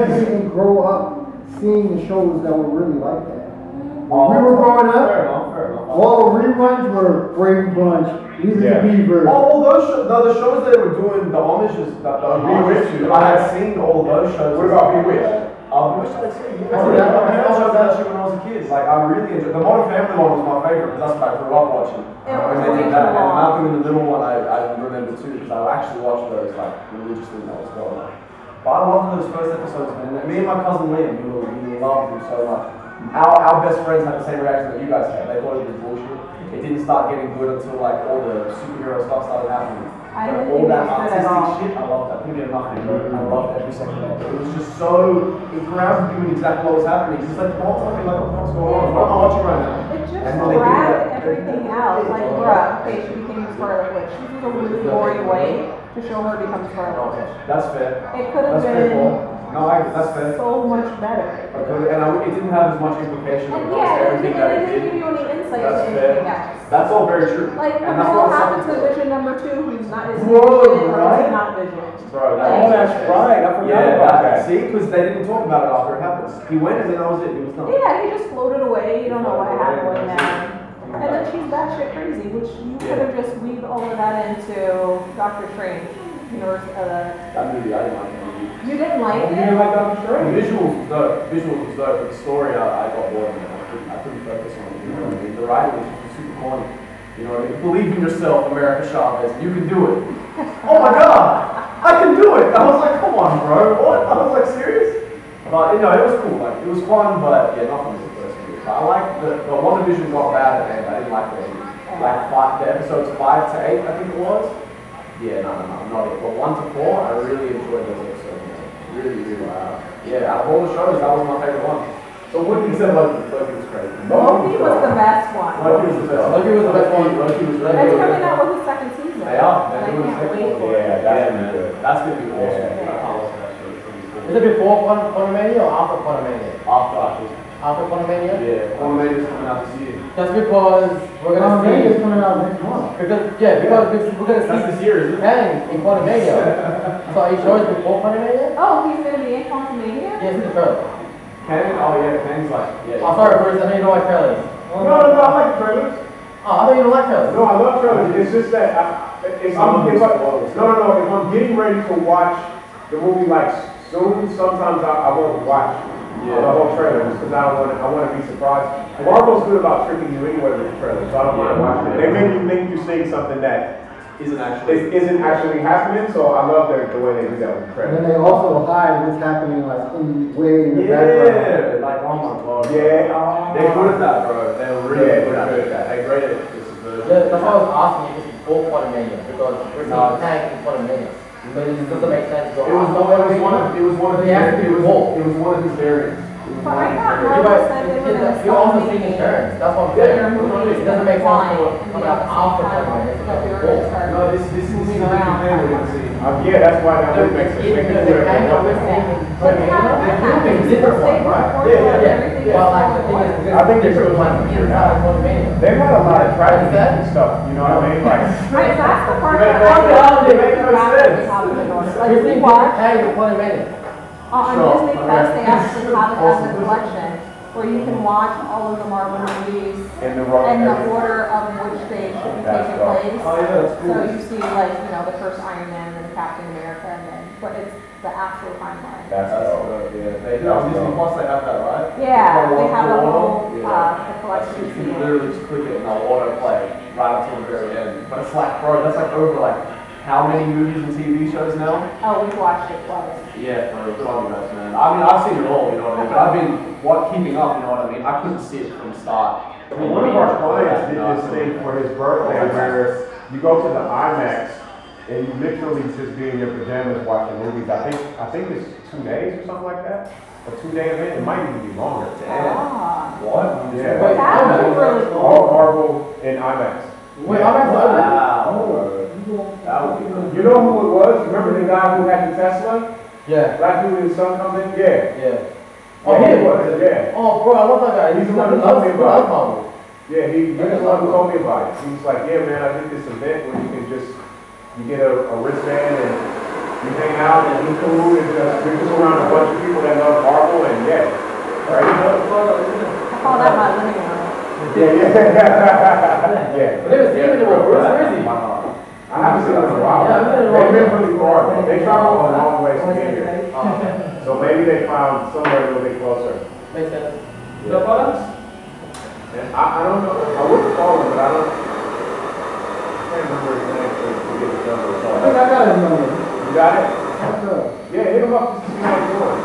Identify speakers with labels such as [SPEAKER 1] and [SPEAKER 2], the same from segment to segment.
[SPEAKER 1] I didn't grow up seeing the shows that were really like that.
[SPEAKER 2] Oh,
[SPEAKER 1] When we were growing
[SPEAKER 2] Fair
[SPEAKER 1] up,
[SPEAKER 2] enough, fair enough.
[SPEAKER 1] all the reruns were Brady Bunch, Leave the
[SPEAKER 3] Yeah. Oh,
[SPEAKER 1] Beaver.
[SPEAKER 2] All, all those sho- the, the shows they were doing, the homages, the, the homages,
[SPEAKER 3] Bewitched.
[SPEAKER 2] I had seen all those shows.
[SPEAKER 3] What about Bewitched?
[SPEAKER 2] Um, Bewitched, I'd seen.
[SPEAKER 1] I
[SPEAKER 2] I
[SPEAKER 1] did.
[SPEAKER 2] had all those shows when I was a kid. Like, I really enjoyed, the Modern Family one was my favorite, because that's what I grew up watching.
[SPEAKER 4] Yeah,
[SPEAKER 2] When they did
[SPEAKER 4] Modern
[SPEAKER 2] that, and
[SPEAKER 4] Family.
[SPEAKER 2] Malcolm in the Middle one, I, I remember too, because I actually watched those, like, religiously when I was growing up. But I loved those first episodes, man. Me and my cousin Liam, we, were, we loved them so much. Our, our best friends had the same reaction that you guys had. They thought it was bullshit. It didn't start getting good until like all the superhero stuff started happening.
[SPEAKER 4] I
[SPEAKER 2] But
[SPEAKER 4] didn't
[SPEAKER 2] all
[SPEAKER 4] think
[SPEAKER 2] that
[SPEAKER 4] it was good at
[SPEAKER 2] artistic
[SPEAKER 4] all.
[SPEAKER 2] shit, I loved that. Couldn't get enough of it. I loved every second of it. It was just so it grounded you in exactly what was happening. It's like the whole time you're like, what the fuck's going on? What am I watching right now?
[SPEAKER 4] It just
[SPEAKER 2] And then they do
[SPEAKER 4] dragged
[SPEAKER 2] that.
[SPEAKER 4] everything out, like bruh, okay, she became a Scarlet Witch. She was a really gory way to show her become Scarlet Witch.
[SPEAKER 2] That's fair.
[SPEAKER 4] It could have
[SPEAKER 2] That's fair. Paul.
[SPEAKER 4] been
[SPEAKER 2] No, I, that's fair.
[SPEAKER 4] so much better.
[SPEAKER 2] Because, and I, it didn't have as much implication when it
[SPEAKER 4] And
[SPEAKER 2] comes to
[SPEAKER 4] yeah, it
[SPEAKER 2] everything
[SPEAKER 4] didn't,
[SPEAKER 2] that it
[SPEAKER 4] it didn't give
[SPEAKER 2] did.
[SPEAKER 4] you any insight
[SPEAKER 2] That's
[SPEAKER 4] into
[SPEAKER 2] fair.
[SPEAKER 4] anything else.
[SPEAKER 2] That's all very true.
[SPEAKER 4] Like,
[SPEAKER 2] and
[SPEAKER 4] what the
[SPEAKER 2] that's
[SPEAKER 4] hell
[SPEAKER 2] what
[SPEAKER 4] happens
[SPEAKER 2] something-
[SPEAKER 4] to Vision number two, who's not, is
[SPEAKER 2] Whoa,
[SPEAKER 4] vision or
[SPEAKER 2] right?
[SPEAKER 4] is not vision?
[SPEAKER 2] Bro, that
[SPEAKER 4] Oh,
[SPEAKER 2] was
[SPEAKER 3] that's
[SPEAKER 2] shit.
[SPEAKER 3] right. I forgot
[SPEAKER 2] yeah,
[SPEAKER 3] about that.
[SPEAKER 2] See, because they didn't talk about it after it happened. He went and then that was it. He was done.
[SPEAKER 4] Yeah, he just floated away, you don't know what
[SPEAKER 2] Floated
[SPEAKER 4] happened
[SPEAKER 2] away,
[SPEAKER 4] with
[SPEAKER 2] that's
[SPEAKER 4] him. And then she's batshit crazy, which you could have just weaved all of that into Doctor Strange, Universe, uh,
[SPEAKER 2] That movie, I didn't like that movie.
[SPEAKER 4] you didn't like it?
[SPEAKER 3] like Doctor
[SPEAKER 2] The
[SPEAKER 3] Strange?
[SPEAKER 2] visuals was dope. Visuals was dope, but the story I, I got bored of it. I couldn't, I couldn't focus on it. You know what I mean? The writing was just super corny. You know what I mean? Believe in yourself, America Chavez. You can do it. oh my God, I can do it. I was like, come on, bro. What? I was like, serious? But you know, it was cool. Like it was fun, but yeah, nothing was the first movie. But I liked the, the one division got bad at the end. I didn't like the end. Like five, the episodes five to eight, I think it was. Yeah, no, no, no, not it. But one to four, I really enjoyed those episodes. man. Really, really. Wow. Yeah, out of all the shows, that was my favorite one. So what did you say Loki? Loki was crazy.
[SPEAKER 4] Loki was the best one.
[SPEAKER 2] Loki was the best. Loki was the best one. Loki was really
[SPEAKER 4] That's
[SPEAKER 2] good.
[SPEAKER 4] coming out with the second season.
[SPEAKER 2] They are. They're
[SPEAKER 4] And I
[SPEAKER 2] doing the
[SPEAKER 4] can't
[SPEAKER 2] second
[SPEAKER 4] wait
[SPEAKER 2] one.
[SPEAKER 4] for
[SPEAKER 3] Yeah,
[SPEAKER 4] it.
[SPEAKER 3] that's gonna be good.
[SPEAKER 2] That's gonna be awesome. I
[SPEAKER 3] Yeah.
[SPEAKER 2] love that show. It's gonna be cool.
[SPEAKER 5] Is it before Quantum Quantumania or after Quantumania?
[SPEAKER 2] After Ashes.
[SPEAKER 5] After Quantumania?
[SPEAKER 2] Yeah. One May is coming out this year.
[SPEAKER 5] That's because we're
[SPEAKER 1] Um,
[SPEAKER 5] gonna
[SPEAKER 1] they just
[SPEAKER 5] see.
[SPEAKER 1] coming out next month.
[SPEAKER 5] Because yeah, because we're- we're gonna
[SPEAKER 2] That's
[SPEAKER 5] see
[SPEAKER 2] this year, isn't it?
[SPEAKER 5] Kang in Quantumania. so are you sure it's before Quantumania?
[SPEAKER 4] Oh, he's gonna be in Quantumania?
[SPEAKER 5] Yes, it's true.
[SPEAKER 2] Kang? Oh yeah, Kang's like. Yeah.
[SPEAKER 5] I'm sorry, Bruce. I know you don't like trailers.
[SPEAKER 3] No, no, no, I like trailers.
[SPEAKER 5] Oh, I know you don't like trailers.
[SPEAKER 3] No, I love trailers. It's just that I, if I'm, if I, no, no, no, if I'm getting ready to watch the movie like soon, sometimes I, I won't watch the whole trailer because I don't want to, I want to be surprised. Marvel's good about tricking you anyway with the trailers, so I don't mind watching it. They make you think you're seeing something that
[SPEAKER 2] Isn't actually.
[SPEAKER 3] is, isn't actually happening, so I love the, the way they do that
[SPEAKER 1] And
[SPEAKER 3] with
[SPEAKER 1] then
[SPEAKER 3] trailers.
[SPEAKER 1] they also hide what's happening like in, way in the background.
[SPEAKER 2] Yeah. Like oh my god.
[SPEAKER 3] Yeah, um,
[SPEAKER 2] They're good at that, bro. They're really
[SPEAKER 3] Yeah,
[SPEAKER 2] good at
[SPEAKER 3] they're good.
[SPEAKER 2] that. They're great at this version.
[SPEAKER 5] Yeah, that's why I was asking if it's before Quantumania because we're
[SPEAKER 2] No.
[SPEAKER 5] seeing Kang in Quantumania. But it doesn't make sense.
[SPEAKER 2] It was one. It was one. Of, it was one of.
[SPEAKER 5] They have to
[SPEAKER 2] his,
[SPEAKER 5] be
[SPEAKER 2] it was.
[SPEAKER 5] woke.
[SPEAKER 2] It was one of his variants. It was one of
[SPEAKER 4] But I
[SPEAKER 2] his
[SPEAKER 4] thought
[SPEAKER 2] variants.
[SPEAKER 4] Marvel said they were gonna
[SPEAKER 5] But you're
[SPEAKER 4] stop
[SPEAKER 5] also
[SPEAKER 4] making-
[SPEAKER 5] seeing insurance. That's what I'm
[SPEAKER 2] Yeah,
[SPEAKER 5] saying.
[SPEAKER 2] yeah,
[SPEAKER 5] It doesn't make sense to come out after Quantumania. It's
[SPEAKER 4] That they were
[SPEAKER 5] like
[SPEAKER 4] gonna
[SPEAKER 5] before.
[SPEAKER 4] start
[SPEAKER 2] No, this this is the thing
[SPEAKER 4] around.
[SPEAKER 2] we're gonna see.
[SPEAKER 3] Um, yeah, that's why that would make sense. Make it clear.
[SPEAKER 4] But they haven't done that. They just say report
[SPEAKER 2] Yeah,
[SPEAKER 4] on
[SPEAKER 2] yeah,
[SPEAKER 4] everything
[SPEAKER 5] Yeah, well, like,
[SPEAKER 4] that's
[SPEAKER 5] the
[SPEAKER 4] going
[SPEAKER 5] thing is,
[SPEAKER 4] on.
[SPEAKER 5] we're gonna
[SPEAKER 3] I think
[SPEAKER 5] see
[SPEAKER 3] they're
[SPEAKER 5] different
[SPEAKER 3] really
[SPEAKER 5] ones
[SPEAKER 3] sure.
[SPEAKER 5] inside of Quantumania.
[SPEAKER 3] They had a lot of traffic and stuff, you know what I mean? Like,
[SPEAKER 4] Right, that's the part
[SPEAKER 3] Right,
[SPEAKER 4] that
[SPEAKER 3] that's
[SPEAKER 4] I
[SPEAKER 3] the- that makes no
[SPEAKER 4] love
[SPEAKER 3] sense.
[SPEAKER 4] about the Hobbit.
[SPEAKER 5] You're
[SPEAKER 4] Like, we
[SPEAKER 5] seeing
[SPEAKER 4] watch
[SPEAKER 5] Kang in Quantumania.
[SPEAKER 4] On
[SPEAKER 2] Sure.
[SPEAKER 4] Disney Plus, they actually have it as a collection where you can watch all of the Marvel movies
[SPEAKER 3] in the wrong
[SPEAKER 4] and the
[SPEAKER 3] area.
[SPEAKER 4] order of which they should be
[SPEAKER 3] That's
[SPEAKER 4] taking
[SPEAKER 3] right.
[SPEAKER 4] place.
[SPEAKER 2] Oh, yeah, that's cool.
[SPEAKER 4] So you see like, you know, the first Iron Man and then Captain America and then, but it's the actual timeline.
[SPEAKER 3] That's
[SPEAKER 2] That's
[SPEAKER 3] dope.
[SPEAKER 2] dope, yeah. They, on Disney Plus, they have that, right?
[SPEAKER 4] Yeah,
[SPEAKER 3] Oh,
[SPEAKER 4] they have a whole,
[SPEAKER 2] Yeah.
[SPEAKER 4] uh, the
[SPEAKER 2] Like,
[SPEAKER 4] collection.
[SPEAKER 2] you can literally just click it and they'll autoplay right until the very end. But it's like, bro, that's like over like how many movies and TV shows now?
[SPEAKER 4] Oh, we've watched it twice.
[SPEAKER 2] Yeah, for good on you guys, man. I mean, I've seen it all, you know what I mean? But I've been what keeping up, you know what I mean? I couldn't see it from the start.
[SPEAKER 3] One of our clients did this thing for his birthday where you go to the IMAX and you literally just be in your pajamas watching movies. I think, I think it's two days or something like that, a two-day event, it might even be longer.
[SPEAKER 2] Damn.
[SPEAKER 4] Ah.
[SPEAKER 2] What?
[SPEAKER 3] Yeah.
[SPEAKER 5] But
[SPEAKER 4] That was
[SPEAKER 5] Quantumania-
[SPEAKER 4] really
[SPEAKER 3] All
[SPEAKER 4] cool.
[SPEAKER 3] Marvel and IMAX.
[SPEAKER 5] Wait, I'm not
[SPEAKER 2] Wow. Oh, That would be good.
[SPEAKER 3] You know who it was? Remember the guy who had the Tesla?
[SPEAKER 5] Yeah,
[SPEAKER 3] Black dude and his son comes in? Yeah.
[SPEAKER 5] yeah.
[SPEAKER 3] Oh,
[SPEAKER 5] Oh,
[SPEAKER 3] he
[SPEAKER 5] yeah.
[SPEAKER 3] was, yeah.
[SPEAKER 5] Oh, bro, I love that guy. He's
[SPEAKER 3] He's
[SPEAKER 5] the
[SPEAKER 3] the one
[SPEAKER 5] one who
[SPEAKER 3] who
[SPEAKER 5] loves
[SPEAKER 3] told me
[SPEAKER 5] who
[SPEAKER 3] about
[SPEAKER 5] loves Marvel.
[SPEAKER 3] Yeah, he, he was the one who told me about it. He was like, yeah, man, I did this event where you can just, you get a, a wristband and we hang out and we cool and just, we just around a bunch of people that love Marvel and yeah. Right?
[SPEAKER 4] I call that my living room.
[SPEAKER 3] Yeah, yeah. Yeah.
[SPEAKER 5] But they were thinking about Bruce Rizzi.
[SPEAKER 2] Wow.
[SPEAKER 3] I haven't seen them in a while.
[SPEAKER 5] Yeah, I've been in a while.
[SPEAKER 3] They've been pretty far. They traveled a long ways to get here.
[SPEAKER 5] Oh,
[SPEAKER 3] So maybe they found somewhere a little bit closer.
[SPEAKER 5] Makes sense.
[SPEAKER 6] The bugs?
[SPEAKER 3] And I, I don't know, I would call him, but I don't, can't remember his name, so I forget his
[SPEAKER 1] I
[SPEAKER 3] number.
[SPEAKER 1] think
[SPEAKER 3] so-
[SPEAKER 1] I got his number.
[SPEAKER 3] You got it?
[SPEAKER 1] What's up?
[SPEAKER 3] Yeah, hit him up to see how he's doing.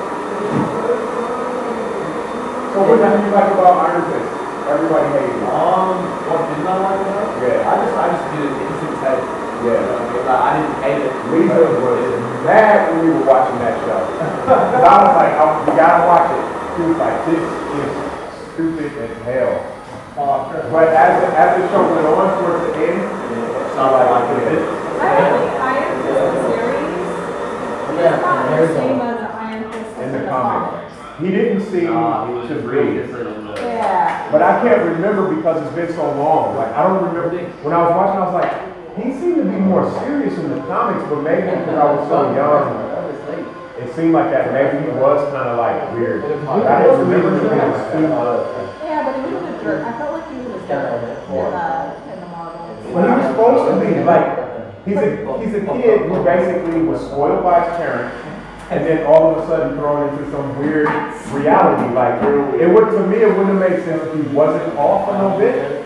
[SPEAKER 3] So what do you like about Iron Fist? Everybody hates him.
[SPEAKER 2] Um, what did not like about it?
[SPEAKER 3] Yeah.
[SPEAKER 2] I just, I just didn't, it just excited.
[SPEAKER 3] Yeah.
[SPEAKER 2] I didn't hate it.
[SPEAKER 3] Lisa was mad when we were watching that show. 'Cause I was like, oh, you gotta watch it. She was like, this is stupid as hell. But as, the- as the show went on towards the end,
[SPEAKER 2] It's not like I could hit.
[SPEAKER 4] Iron Iron Fist series,
[SPEAKER 5] Yeah,
[SPEAKER 4] it's not
[SPEAKER 5] there
[SPEAKER 4] the
[SPEAKER 5] you go.
[SPEAKER 4] same as Iron Fist
[SPEAKER 3] in
[SPEAKER 4] in
[SPEAKER 3] the
[SPEAKER 4] the
[SPEAKER 3] comics.
[SPEAKER 4] comics.
[SPEAKER 3] He didn't seem
[SPEAKER 2] Nah, it was
[SPEAKER 3] to
[SPEAKER 2] really
[SPEAKER 3] read.
[SPEAKER 2] different on the-
[SPEAKER 4] Yeah.
[SPEAKER 3] But I can't remember because it's been so long. Like I don't remember. When I was watching, I was like, he seemed to be more serious in the comics, but maybe because I was so young, it seemed like that. Maybe he was kind of like weird. But I didn't remember him being stupid.
[SPEAKER 4] Yeah, but he was a jerk. I felt like he was a jerk in the, in the Marvel.
[SPEAKER 3] But he was supposed to be like. He's a he's a kid who basically was spoiled by his parents, and then all of a sudden thrown into some weird reality. Like it would to me, it wouldn't have made sense if he wasn't off a little bit.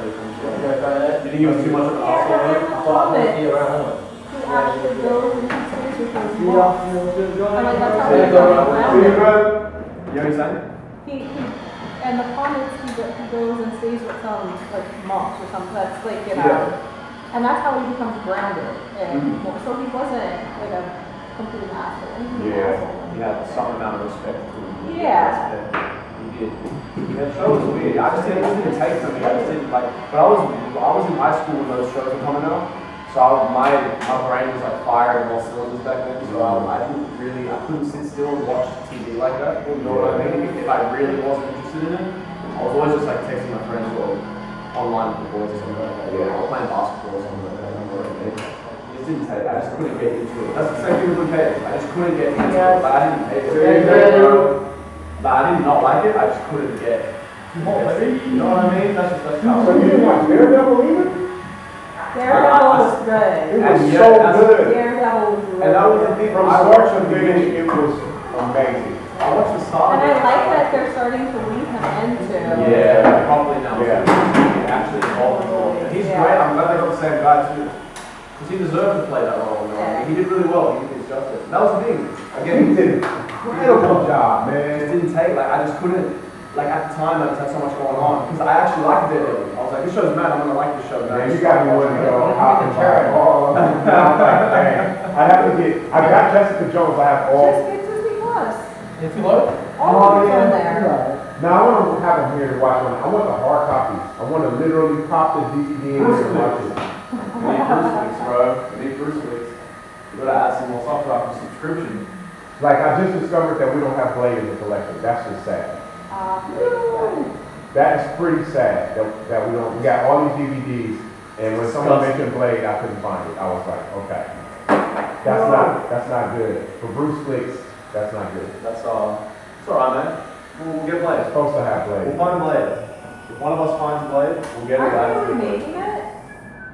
[SPEAKER 2] You think it was too much of an
[SPEAKER 4] Yeah,
[SPEAKER 2] asshole?
[SPEAKER 4] and I
[SPEAKER 5] Oh,
[SPEAKER 4] love it. He actually goes and he sees his books. I'm like, that's how
[SPEAKER 5] Yeah,
[SPEAKER 4] he
[SPEAKER 5] go
[SPEAKER 4] got
[SPEAKER 5] around.
[SPEAKER 4] around
[SPEAKER 3] See you,
[SPEAKER 4] it.
[SPEAKER 3] brother.
[SPEAKER 2] You excited?
[SPEAKER 4] He, he, and the comics, he, go- he goes and stays with some, like, monks or something, that's like, you know, and that's how he becomes grounded,
[SPEAKER 2] Mm.
[SPEAKER 4] and, more- so he wasn't, like, a complete asshole, he was an
[SPEAKER 3] Yeah.
[SPEAKER 4] asshole.
[SPEAKER 2] You have some amount of respect for him.
[SPEAKER 4] Yeah.
[SPEAKER 2] You did. That show was weird. I just didn't, it didn't take for me. I just didn't like. But I was, I was in high school when those shows were coming out. So I, my my brain was like fired and all cylinders back then. So I, I didn't really, I couldn't sit still and watch TV like that. You know what I mean? If I really wasn't interested in it, I was always just like texting my friends or online with the boys or something like that. Yeah. I was playing basketball or something like that. you know what I mean? It just didn't take. I just couldn't get into it. That's the same thing with the pay. I just couldn't get into it. But I didn't hate it. But I did not like it. I just couldn't get. You know what I mean? That's just that's how.
[SPEAKER 3] So you didn't watch Daredevil either?
[SPEAKER 4] Daredevil was
[SPEAKER 3] It
[SPEAKER 4] good,
[SPEAKER 3] was
[SPEAKER 2] And yet,
[SPEAKER 3] so
[SPEAKER 2] that's-
[SPEAKER 3] good.
[SPEAKER 4] Daredevil was really
[SPEAKER 2] And that was the
[SPEAKER 4] good.
[SPEAKER 2] thing
[SPEAKER 3] From
[SPEAKER 2] from I
[SPEAKER 3] start
[SPEAKER 2] watched
[SPEAKER 3] to
[SPEAKER 2] the
[SPEAKER 3] finish,
[SPEAKER 2] beginning.
[SPEAKER 3] it was amazing.
[SPEAKER 2] I watched the song.
[SPEAKER 4] And I like that they're starting to weave him into.
[SPEAKER 2] Yeah, probably now.
[SPEAKER 3] Yeah.
[SPEAKER 2] Actually, involved in all of it. He's
[SPEAKER 4] Yeah.
[SPEAKER 2] great. I'm glad they got the same guy too. Because he deserved to play that role. You know?
[SPEAKER 4] Yeah.
[SPEAKER 2] He did really well. He did his justice. That was the thing. Again,
[SPEAKER 3] He did an incredible job, man.
[SPEAKER 2] it didn't take. Like I just couldn't. Like at the time, I just had so much going on because I actually liked it. I was like, this show's mad. I'm gonna like this show. Now.
[SPEAKER 3] Man, you got me wanting to go hop and try it all. I was like, dang, I have to get, I got Jessica Jones, I have all.
[SPEAKER 4] Just get Disney Plus,
[SPEAKER 5] It's too low?
[SPEAKER 4] all
[SPEAKER 2] Oh,
[SPEAKER 4] of it's on
[SPEAKER 1] You
[SPEAKER 4] there.
[SPEAKER 1] got it.
[SPEAKER 3] Now, I want to have them here to watch one. I want the hard copies. I want to literally pop the DVD in here and watch it.
[SPEAKER 2] We need Bruce Wicks, bro. We need Bruce Wicks. We gotta add some more stuff to our subscription.
[SPEAKER 3] Like, I just discovered that we don't have Blade in the collection. That's just sad.
[SPEAKER 4] Uh,
[SPEAKER 3] That is pretty sad that, that we don't, we got all these DVDs and when someone mentioned Blade, I couldn't find it. I was like, okay. That's not, that's not good. For Bruce Flicks, that's not good.
[SPEAKER 2] That's uh, it's alright, man. We'll, we'll get Blade.
[SPEAKER 3] Supposed to have
[SPEAKER 2] We'll
[SPEAKER 3] Blade.
[SPEAKER 2] find Blade. If one of us finds Blade, we'll get it.
[SPEAKER 4] Aren't they
[SPEAKER 2] That's-
[SPEAKER 4] remaking it?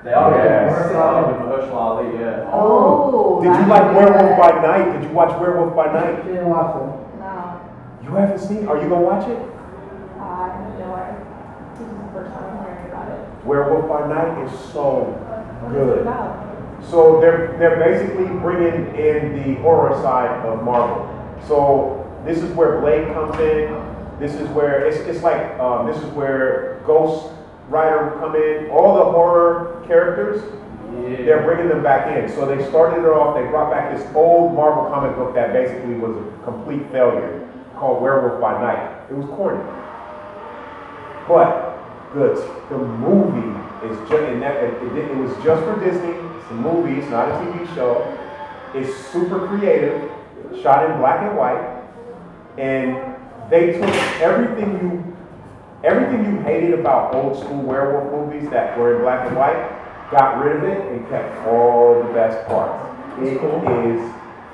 [SPEAKER 2] They are
[SPEAKER 3] Yes.
[SPEAKER 2] yes. Mahershala with Mahershala Ali, yeah.
[SPEAKER 4] Oh.
[SPEAKER 3] Did you
[SPEAKER 4] that
[SPEAKER 3] like
[SPEAKER 4] would be
[SPEAKER 3] Werewolf
[SPEAKER 4] good.
[SPEAKER 3] by Night? Did you watch Werewolf by Night?
[SPEAKER 1] She didn't watch it.
[SPEAKER 4] No,
[SPEAKER 3] You haven't seen, it? are you gonna watch it?
[SPEAKER 4] I have no idea. This is the first time I'm hearing about it.
[SPEAKER 3] Werewolf by Night is so
[SPEAKER 4] What is it
[SPEAKER 3] good.
[SPEAKER 4] about?
[SPEAKER 3] So they're they're basically bringing in the horror side of Marvel. So this is where Blade comes in. This is where it's it's like um, this is where Ghost Rider would come in. All the horror characters they're bringing them back in. So they started it off. They brought back this old Marvel comic book that basically was a complete failure called Werewolf by Night. It was corny, but the the movie is just and that it, it- it was just for Disney. It's a movie. It's not a TV show. It's super creative, shot in black and white, and they took everything you everything you hated about old school werewolf movies that were in black and white, got rid of it and kept all the best parts. It is freaking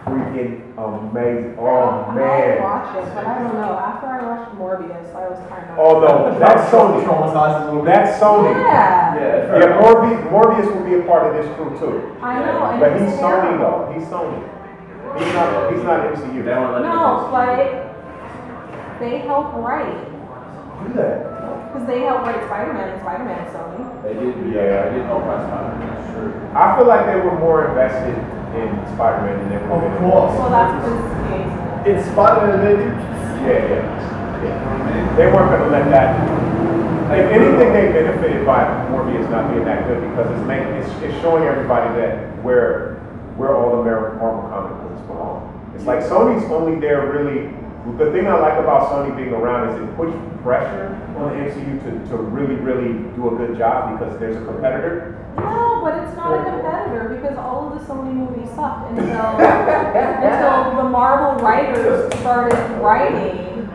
[SPEAKER 3] amazing. Oh
[SPEAKER 4] I
[SPEAKER 3] man.
[SPEAKER 4] watched it, but I don't know. After I watched Morbius, I was kind of.
[SPEAKER 3] Oh no, that's Sony.
[SPEAKER 2] Traumatized a little bit.
[SPEAKER 3] That's Sony.
[SPEAKER 4] Yeah.
[SPEAKER 2] Yeah.
[SPEAKER 3] Yeah, Morbius, Morbius will be a part of this crew too.
[SPEAKER 4] I know. And
[SPEAKER 3] But he's
[SPEAKER 4] it's
[SPEAKER 3] Sony
[SPEAKER 4] terrible.
[SPEAKER 3] though. He's Sony. He's not. He's not MCU.
[SPEAKER 2] They won't let
[SPEAKER 4] No,
[SPEAKER 2] you do
[SPEAKER 4] like they help write
[SPEAKER 3] Do that.
[SPEAKER 4] because they help write Spider-Man and Spider-Man is Sony.
[SPEAKER 2] this. They did,
[SPEAKER 3] Yeah.
[SPEAKER 2] yeah, they did help us out. That's true.
[SPEAKER 3] I feel like they were more invested in Spider-Man than they were.
[SPEAKER 2] Of
[SPEAKER 3] in-
[SPEAKER 2] course.
[SPEAKER 4] Well, that's because James.
[SPEAKER 2] It's Spider-Man, baby.
[SPEAKER 3] Yeah, yeah, yeah. They weren't gonna let that. If anything, they benefited by Morbius not being that good because it's making, it's, it's showing everybody that where, where all the Mar- Marvel comic books belong. It's like Sony's only there really, the thing I like about Sony being around is it puts pressure on the MCU to, to really, really do a good job because there's a competitor.
[SPEAKER 4] No, but it's not a competitor because all of the Sony movies sucked until until the Marvel writers started writing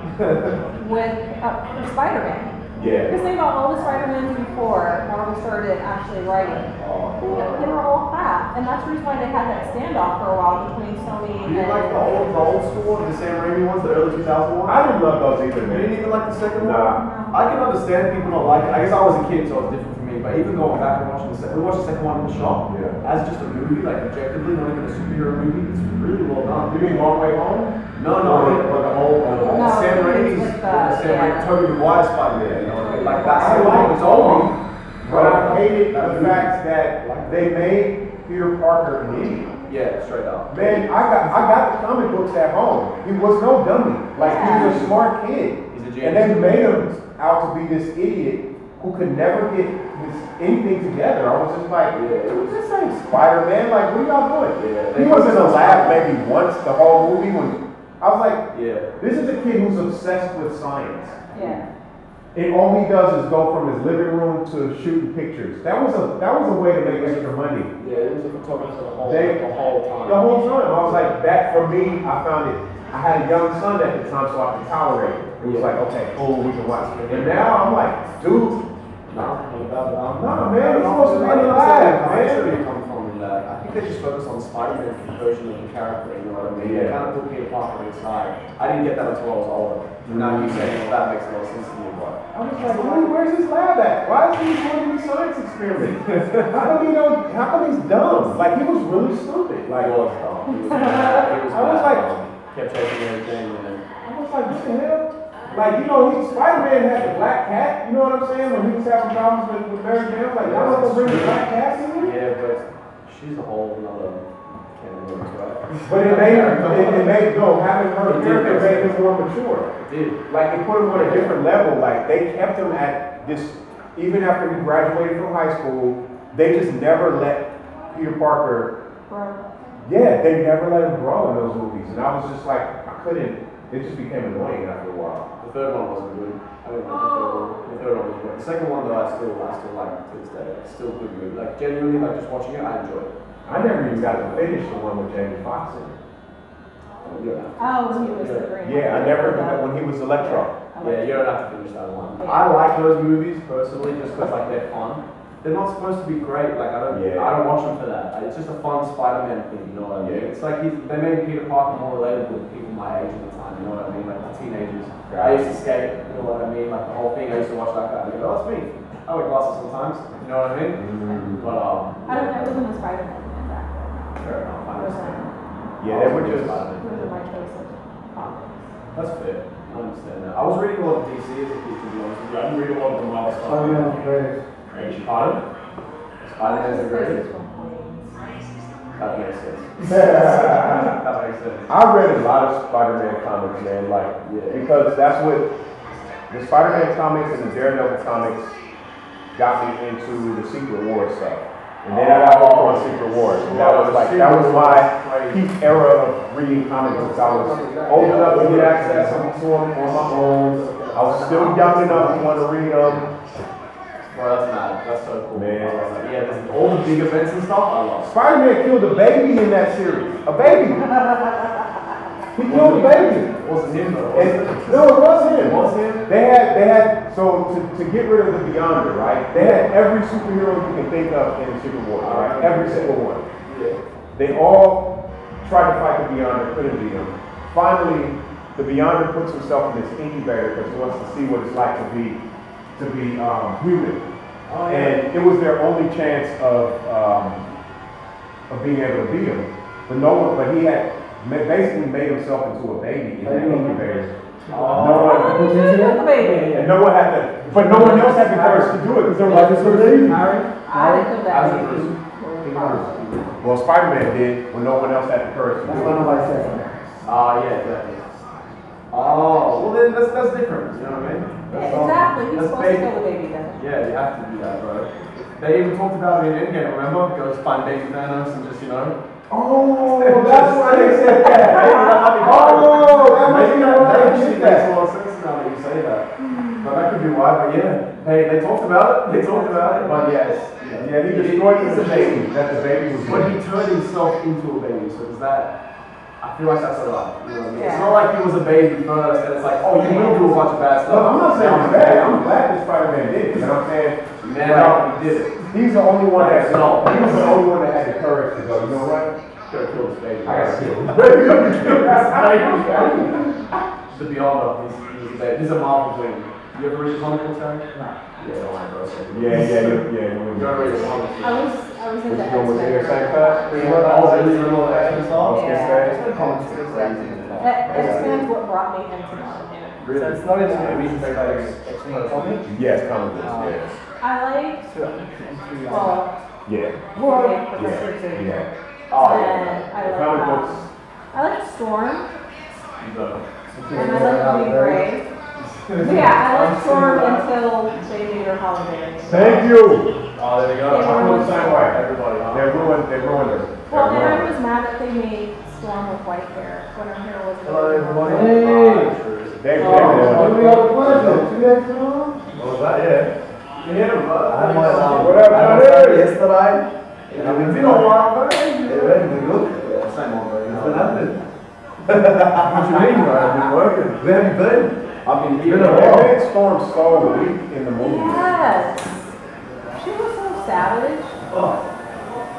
[SPEAKER 4] with uh, for Spider-Man.
[SPEAKER 3] Yeah.
[SPEAKER 4] Because they got all the Spider-Mans before Marvel started actually writing. They,
[SPEAKER 3] Uh,
[SPEAKER 4] they were all crap, and that's the reason why they had that standoff for a while between Sony
[SPEAKER 2] Do
[SPEAKER 4] and.
[SPEAKER 2] you like the old, the old school ones, the Sam Raimi ones, the early 2000 ones?
[SPEAKER 3] I didn't love those either,
[SPEAKER 2] You
[SPEAKER 3] man.
[SPEAKER 2] didn't even like the second one?
[SPEAKER 3] Nah.
[SPEAKER 2] I can understand people don't like it. I guess I was a kid, so it was different for me. But even going back and watching the second, we watched the second one in the shop.
[SPEAKER 3] Yeah.
[SPEAKER 2] As just a movie, like objectively, not even a superhero movie, it's really well done.
[SPEAKER 3] You mean Long Way Home?
[SPEAKER 2] No, no, I mean, but the whole uh,
[SPEAKER 4] No,
[SPEAKER 2] Sam Raimi's,
[SPEAKER 4] it's with, uh,
[SPEAKER 2] the Sam Raimi,
[SPEAKER 4] yeah.
[SPEAKER 2] Tobey Maguire Spider-Man, you know, like that.
[SPEAKER 3] I like
[SPEAKER 2] it's old.
[SPEAKER 3] But I hated the fact that they made Peter Parker an idiot.
[SPEAKER 2] Yeah, straight up.
[SPEAKER 3] Man, I got I got the comic books at home. He was no dummy. Like he was a smart kid.
[SPEAKER 2] He's a
[SPEAKER 3] and they made him out to be this idiot who could never get this, anything together. I was just like, this ain't Spider Man. Like, what y'all doing?
[SPEAKER 2] Yeah,
[SPEAKER 3] he
[SPEAKER 2] they-
[SPEAKER 3] was in a lab maybe once the whole movie when I was like,
[SPEAKER 2] Yeah.
[SPEAKER 3] this is a kid who's obsessed with science.
[SPEAKER 4] Yeah.
[SPEAKER 3] And all he does is go from his living room to shooting pictures. That was a that was a way to make extra money.
[SPEAKER 2] Yeah, it was a photographer the whole,
[SPEAKER 3] They-
[SPEAKER 2] the whole time.
[SPEAKER 3] The whole time, I was like, that for me, I found it. I had a young son at the time, so I could tolerate it. It was like, okay, cool, we can watch it. And now I'm like, dude,
[SPEAKER 2] Nah,
[SPEAKER 3] Nah, man, it's supposed to be in the lab, man.
[SPEAKER 2] Where you come from in that? I think they just focus on Spider-Man's version of the character, you know what I mean? They
[SPEAKER 3] Yeah.
[SPEAKER 2] kind of put Peter Parker inside. I didn't get that until I was older.
[SPEAKER 3] Mm-hmm.
[SPEAKER 2] Now you say, well, that makes no sense to me, but.
[SPEAKER 3] I was like, why, where's his lab at? Why is he doing these science experiments? how come he don't? How come he's dumb? Like he was really stupid. Like
[SPEAKER 2] It was dumb. It was bad. It was
[SPEAKER 3] I was
[SPEAKER 2] bad,
[SPEAKER 3] like-
[SPEAKER 2] um, Kept taking everything and then.
[SPEAKER 3] I was like, what the hell? Like you know, he Spider-Man had the black cat. You know what I'm saying? When he was having problems with, with Mary Jane, like, y'all not gonna bring the black cat in? here?
[SPEAKER 2] Yeah, but she's a whole nother can of worms, right?
[SPEAKER 3] But it made it, it made no having her
[SPEAKER 2] It did
[SPEAKER 3] character
[SPEAKER 2] make
[SPEAKER 3] made him more mature.
[SPEAKER 2] Dude,
[SPEAKER 3] Like they put him on a different level. Like they kept him at this, even after he graduated from high school, they just never let Peter Parker.
[SPEAKER 4] Bro.
[SPEAKER 3] Yeah, they never let him grow in those movies, and I was just like, I couldn't. It just became annoying after a while.
[SPEAKER 2] The third one wasn't good. I didn't like the third one. The third one was good. The second one though, I still, I still like to this day. It's still a good movie. Like genuinely, like just watching it, I enjoy it.
[SPEAKER 3] I never even got to finish the one with Jamie Foxx in. it.
[SPEAKER 2] Yeah.
[SPEAKER 4] Oh, when he was the green.
[SPEAKER 3] Yeah, I never when he was Electro.
[SPEAKER 2] Yeah, you don't have to finish that one. I like those movies personally, just because like they're fun. They're not supposed to be great. Like I don't,
[SPEAKER 3] Yeah.
[SPEAKER 2] I don't watch them for that. It's just a fun Spider-Man thing. You know what I mean?
[SPEAKER 3] Yeah.
[SPEAKER 2] It's like he's, they made Peter Parker more relatable to people my age at the time. You know what I mean? Like the teenagers. I
[SPEAKER 3] Right.
[SPEAKER 2] used to skate. You know what I mean? Like the whole thing. I used to watch like that. And go, oh, that's me. I wear glasses sometimes. You know what I mean? But um.
[SPEAKER 4] I don't. I wasn't a Spider-Man fan back then.
[SPEAKER 2] Fair enough. I
[SPEAKER 4] I
[SPEAKER 2] understand.
[SPEAKER 4] wasn't.
[SPEAKER 3] Yeah, they were just.
[SPEAKER 4] It
[SPEAKER 2] Spider-Man.
[SPEAKER 4] wasn't my choice of comics.
[SPEAKER 2] That's fair. I understand that. I was reading a lot of DC as a kid, to be honest with you. I didn't read a lot of the Marvel stuff.
[SPEAKER 1] Spider-Man's greatest.
[SPEAKER 2] Crazy. Pardon? Spider-Man's the greatest? That makes sense. that makes sense.
[SPEAKER 3] I read a lot of Spider-Man comics, man. Like,
[SPEAKER 2] Yeah.
[SPEAKER 3] because that's what the Spider-Man comics and the Daredevil comics got me into the Secret War stuff. And then I got hooked on Secret Wars. And that was like that was my peak era of reading comic books. I was old enough to get access to them on my own. I was still young enough to want to read them.
[SPEAKER 2] Well, that's mad. That's so cool.
[SPEAKER 3] Man.
[SPEAKER 2] I love that. Yeah, there's all the big events and stuff. I love.
[SPEAKER 3] Spider-Man killed a baby in that series. A baby. He killed a baby.
[SPEAKER 2] It wasn't him though. was
[SPEAKER 3] And,
[SPEAKER 2] it?
[SPEAKER 3] no, it was him.
[SPEAKER 2] It was him?
[SPEAKER 3] They had, they had. So to, to get rid of the Beyonder, right? They had every superhero you can think of in Civil War, right? Every single one.
[SPEAKER 2] Yeah.
[SPEAKER 3] They all tried to fight the Beyonder, couldn't beat him. Finally, the Beyonder puts himself in this incubator because he wants to see what it's like to be to be um, human.
[SPEAKER 2] Oh,
[SPEAKER 3] And it was their only chance of um, of being able to beat him. But no one, but he had ma- basically made himself into a baby in that incubator.
[SPEAKER 1] Oh.
[SPEAKER 3] No one,
[SPEAKER 4] Why did you do the baby?
[SPEAKER 3] and no one had the, but no one else had the courage to do it because they're like, it's a baby.
[SPEAKER 4] I didn't do
[SPEAKER 2] I was
[SPEAKER 4] that
[SPEAKER 2] a
[SPEAKER 4] baby.
[SPEAKER 2] person.
[SPEAKER 3] Well, Spider-Man did when no one else had the courage to
[SPEAKER 1] That's
[SPEAKER 3] do
[SPEAKER 1] why
[SPEAKER 3] it.
[SPEAKER 1] nobody says that.
[SPEAKER 2] Ah, yeah, exactly. Oh, well then that's that's different. You know what I mean? That's
[SPEAKER 4] Yeah,
[SPEAKER 2] all-
[SPEAKER 4] exactly, he's
[SPEAKER 2] that's
[SPEAKER 4] supposed to
[SPEAKER 2] basic.
[SPEAKER 4] kill the baby then.
[SPEAKER 2] Yeah, you have to do that, bro. They even talked about it in Endgame. Remember? Goes find Baby Thanos and just you know.
[SPEAKER 3] Oh, that's why they said
[SPEAKER 2] Makes
[SPEAKER 3] that. Oh, that must be why they did
[SPEAKER 2] a
[SPEAKER 3] that.
[SPEAKER 2] lot of sense now that you say that. But that could be why. But yeah, hey, they talked about it. They talked about it. But yes,
[SPEAKER 3] Yeah, he destroyed the baby. That the baby was.
[SPEAKER 2] But
[SPEAKER 3] born.
[SPEAKER 2] he turned himself into a baby, so does that? I feel like that's a lie. You know what I mean? It's
[SPEAKER 4] Yeah.
[SPEAKER 2] not like he was a baby first, and it's like, oh, you will do a bunch of bad
[SPEAKER 3] Look,
[SPEAKER 2] stuff.
[SPEAKER 3] I'm not saying I'm bad. I'm glad that Spider-Man did it. You know what I'm saying?
[SPEAKER 2] Man,
[SPEAKER 3] Now,
[SPEAKER 2] he did it.
[SPEAKER 3] He's the only one that. He
[SPEAKER 2] No.
[SPEAKER 3] was the only one that had the courage to go. You know what?
[SPEAKER 2] Gotta kill this baby.
[SPEAKER 3] I gotta kill him.
[SPEAKER 2] The Beyond is he's a baby. He's a Marvel thing. You ever read the comic book, Terry? No. Yeah, don't worry, bro.
[SPEAKER 3] Yeah, yeah, yeah, yeah.
[SPEAKER 2] You gotta read the comic book.
[SPEAKER 4] I was, I was into
[SPEAKER 3] Which one was there?
[SPEAKER 4] X-Men.
[SPEAKER 3] Same class?
[SPEAKER 2] You know, all the original action
[SPEAKER 3] Oh,
[SPEAKER 2] stuff?
[SPEAKER 3] okay,
[SPEAKER 4] Yeah.
[SPEAKER 3] same.
[SPEAKER 2] Comics are crazy.
[SPEAKER 4] X-Men's what brought me into Marvel.
[SPEAKER 2] Really?
[SPEAKER 6] So it's not in the movies, but it's actually in the comic.
[SPEAKER 3] Yes, comic books, yes.
[SPEAKER 4] I liked, well,
[SPEAKER 3] Yeah,
[SPEAKER 4] yeah, Professor
[SPEAKER 3] yeah,
[SPEAKER 4] Xavier.
[SPEAKER 3] yeah.
[SPEAKER 2] Oh,
[SPEAKER 4] And
[SPEAKER 2] yeah.
[SPEAKER 4] I
[SPEAKER 3] Comic
[SPEAKER 4] like,
[SPEAKER 3] books.
[SPEAKER 4] um, I like Storm,
[SPEAKER 2] Oh, You know.
[SPEAKER 4] and I like Jean Grey. Yeah, I like Storm until they made her holiday.
[SPEAKER 3] Thank you.
[SPEAKER 2] Oh, there you go.
[SPEAKER 4] Yeah,
[SPEAKER 3] I'm the same way.
[SPEAKER 2] Everybody, huh?
[SPEAKER 3] They ruined, they ruined her. They
[SPEAKER 4] Well, and I
[SPEAKER 3] ruined
[SPEAKER 4] was mad that they made Storm with white hair, when her hair was.
[SPEAKER 2] Uh,
[SPEAKER 3] her.
[SPEAKER 5] Hey.
[SPEAKER 3] They, they
[SPEAKER 5] Oh,
[SPEAKER 3] ruined
[SPEAKER 5] we
[SPEAKER 3] her.
[SPEAKER 5] all pleasure.
[SPEAKER 1] Two days ago?
[SPEAKER 6] What was that? Yeah.
[SPEAKER 2] You hit him, bro.
[SPEAKER 6] I had my um,
[SPEAKER 3] What up,
[SPEAKER 6] I was
[SPEAKER 3] brother?
[SPEAKER 6] up yesterday. And I went
[SPEAKER 2] It's
[SPEAKER 6] to
[SPEAKER 2] been a
[SPEAKER 6] my-
[SPEAKER 2] while, bro.
[SPEAKER 6] Yeah, went to look.
[SPEAKER 2] Yeah, same old, bro. You
[SPEAKER 6] It's
[SPEAKER 2] know.
[SPEAKER 6] been happening.
[SPEAKER 3] What you mean, bro? I've been working.
[SPEAKER 6] Where have you been?
[SPEAKER 2] I've been
[SPEAKER 6] Been
[SPEAKER 2] here.
[SPEAKER 6] a
[SPEAKER 3] They
[SPEAKER 6] while.
[SPEAKER 3] made Storm so weak in the movie.
[SPEAKER 4] Yes, she was so savage.
[SPEAKER 6] Oh,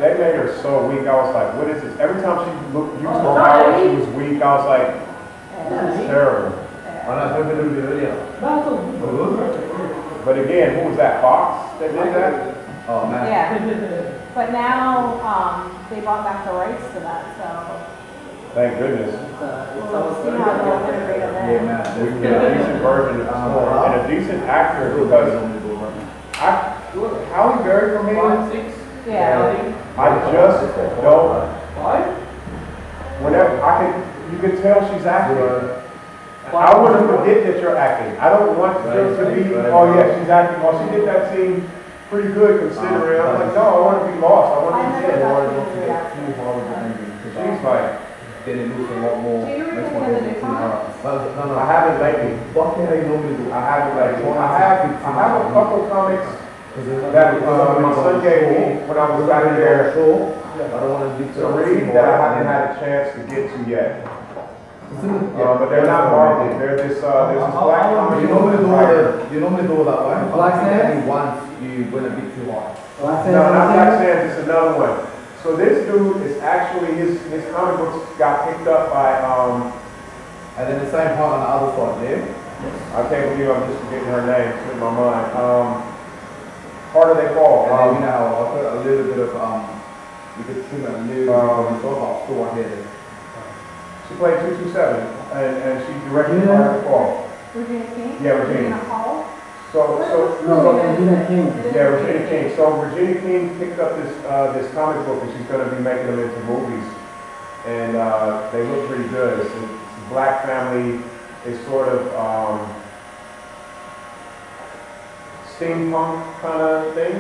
[SPEAKER 3] They made her so weak. I was like, what is this? Every time she looked, used her
[SPEAKER 4] Oh,
[SPEAKER 3] power,
[SPEAKER 4] sorry.
[SPEAKER 3] she was weak. I was like, it's terrible.
[SPEAKER 6] when I took it to the earlier.
[SPEAKER 3] But again, who was that? Fox that did that?
[SPEAKER 6] Oh, man.
[SPEAKER 4] Yeah, but now, um, they bought back the rights to that, so,
[SPEAKER 3] Thank goodness.
[SPEAKER 4] we'll see how they'll integrate it
[SPEAKER 6] Yeah,
[SPEAKER 4] then.
[SPEAKER 6] man.
[SPEAKER 3] We can get a decent version of
[SPEAKER 2] Uh-huh.
[SPEAKER 3] Storm and a decent actor because I, Halle Berry for me,
[SPEAKER 4] Yeah,
[SPEAKER 3] I just don't. Whenever I can, you can tell she's acting. I want to forget that you're acting. I don't want to to be, oh yeah, she's acting. Well, she did that scene pretty good considering. I'm like, no, I want to be lost. I want
[SPEAKER 4] I
[SPEAKER 3] to be
[SPEAKER 4] never
[SPEAKER 3] dead.
[SPEAKER 4] thought she was reacting.
[SPEAKER 3] She's fine.
[SPEAKER 6] Then it looks a lot more.
[SPEAKER 4] Do you
[SPEAKER 6] that's
[SPEAKER 4] remember
[SPEAKER 6] why
[SPEAKER 4] the
[SPEAKER 6] it looks
[SPEAKER 4] car?
[SPEAKER 6] hard. Well, no,
[SPEAKER 3] I
[SPEAKER 6] no.
[SPEAKER 3] haven't lately.
[SPEAKER 6] What the hell you normally do?
[SPEAKER 3] I haven't lately. Well, I have, I have a couple comics that uh, my son gave me when I was out there
[SPEAKER 6] I don't want to do
[SPEAKER 3] to read that I haven't had a chance to get to yet. Uh, but they're not Marvel. They're this, uh, there's this black
[SPEAKER 6] You
[SPEAKER 3] comic.
[SPEAKER 6] normally do
[SPEAKER 3] writer.
[SPEAKER 6] that. You normally do that one.
[SPEAKER 1] Black Sabbath?
[SPEAKER 6] Once you went a bit too hard.
[SPEAKER 1] Black
[SPEAKER 3] No, not
[SPEAKER 1] Sabbath.
[SPEAKER 3] Black Sands, it's another one. So this dude is actually, his, his comic books got picked up by, um,
[SPEAKER 6] And then the same part on the other side there.
[SPEAKER 3] I can't believe I'm just forgetting her name, it's in my mind. Um, Harder They Fall.
[SPEAKER 6] And
[SPEAKER 3] Um,
[SPEAKER 6] then you know, I put a little bit of um, you could trim a little
[SPEAKER 3] Um,
[SPEAKER 6] um, sort of to one here.
[SPEAKER 3] she played 227 and, and she directed Harder They Fall.
[SPEAKER 4] Regina King?
[SPEAKER 3] Yeah, Regina.
[SPEAKER 4] Regina Hall?
[SPEAKER 3] So, so,
[SPEAKER 1] No,
[SPEAKER 3] so,
[SPEAKER 1] Regina King.
[SPEAKER 3] yeah, Regina King. So Regina King picked up this, uh, this comic book and she's gonna be making them into movies. And, uh, they look pretty good. It's a it's a black family, it's sort of, um, steampunk kind of thing,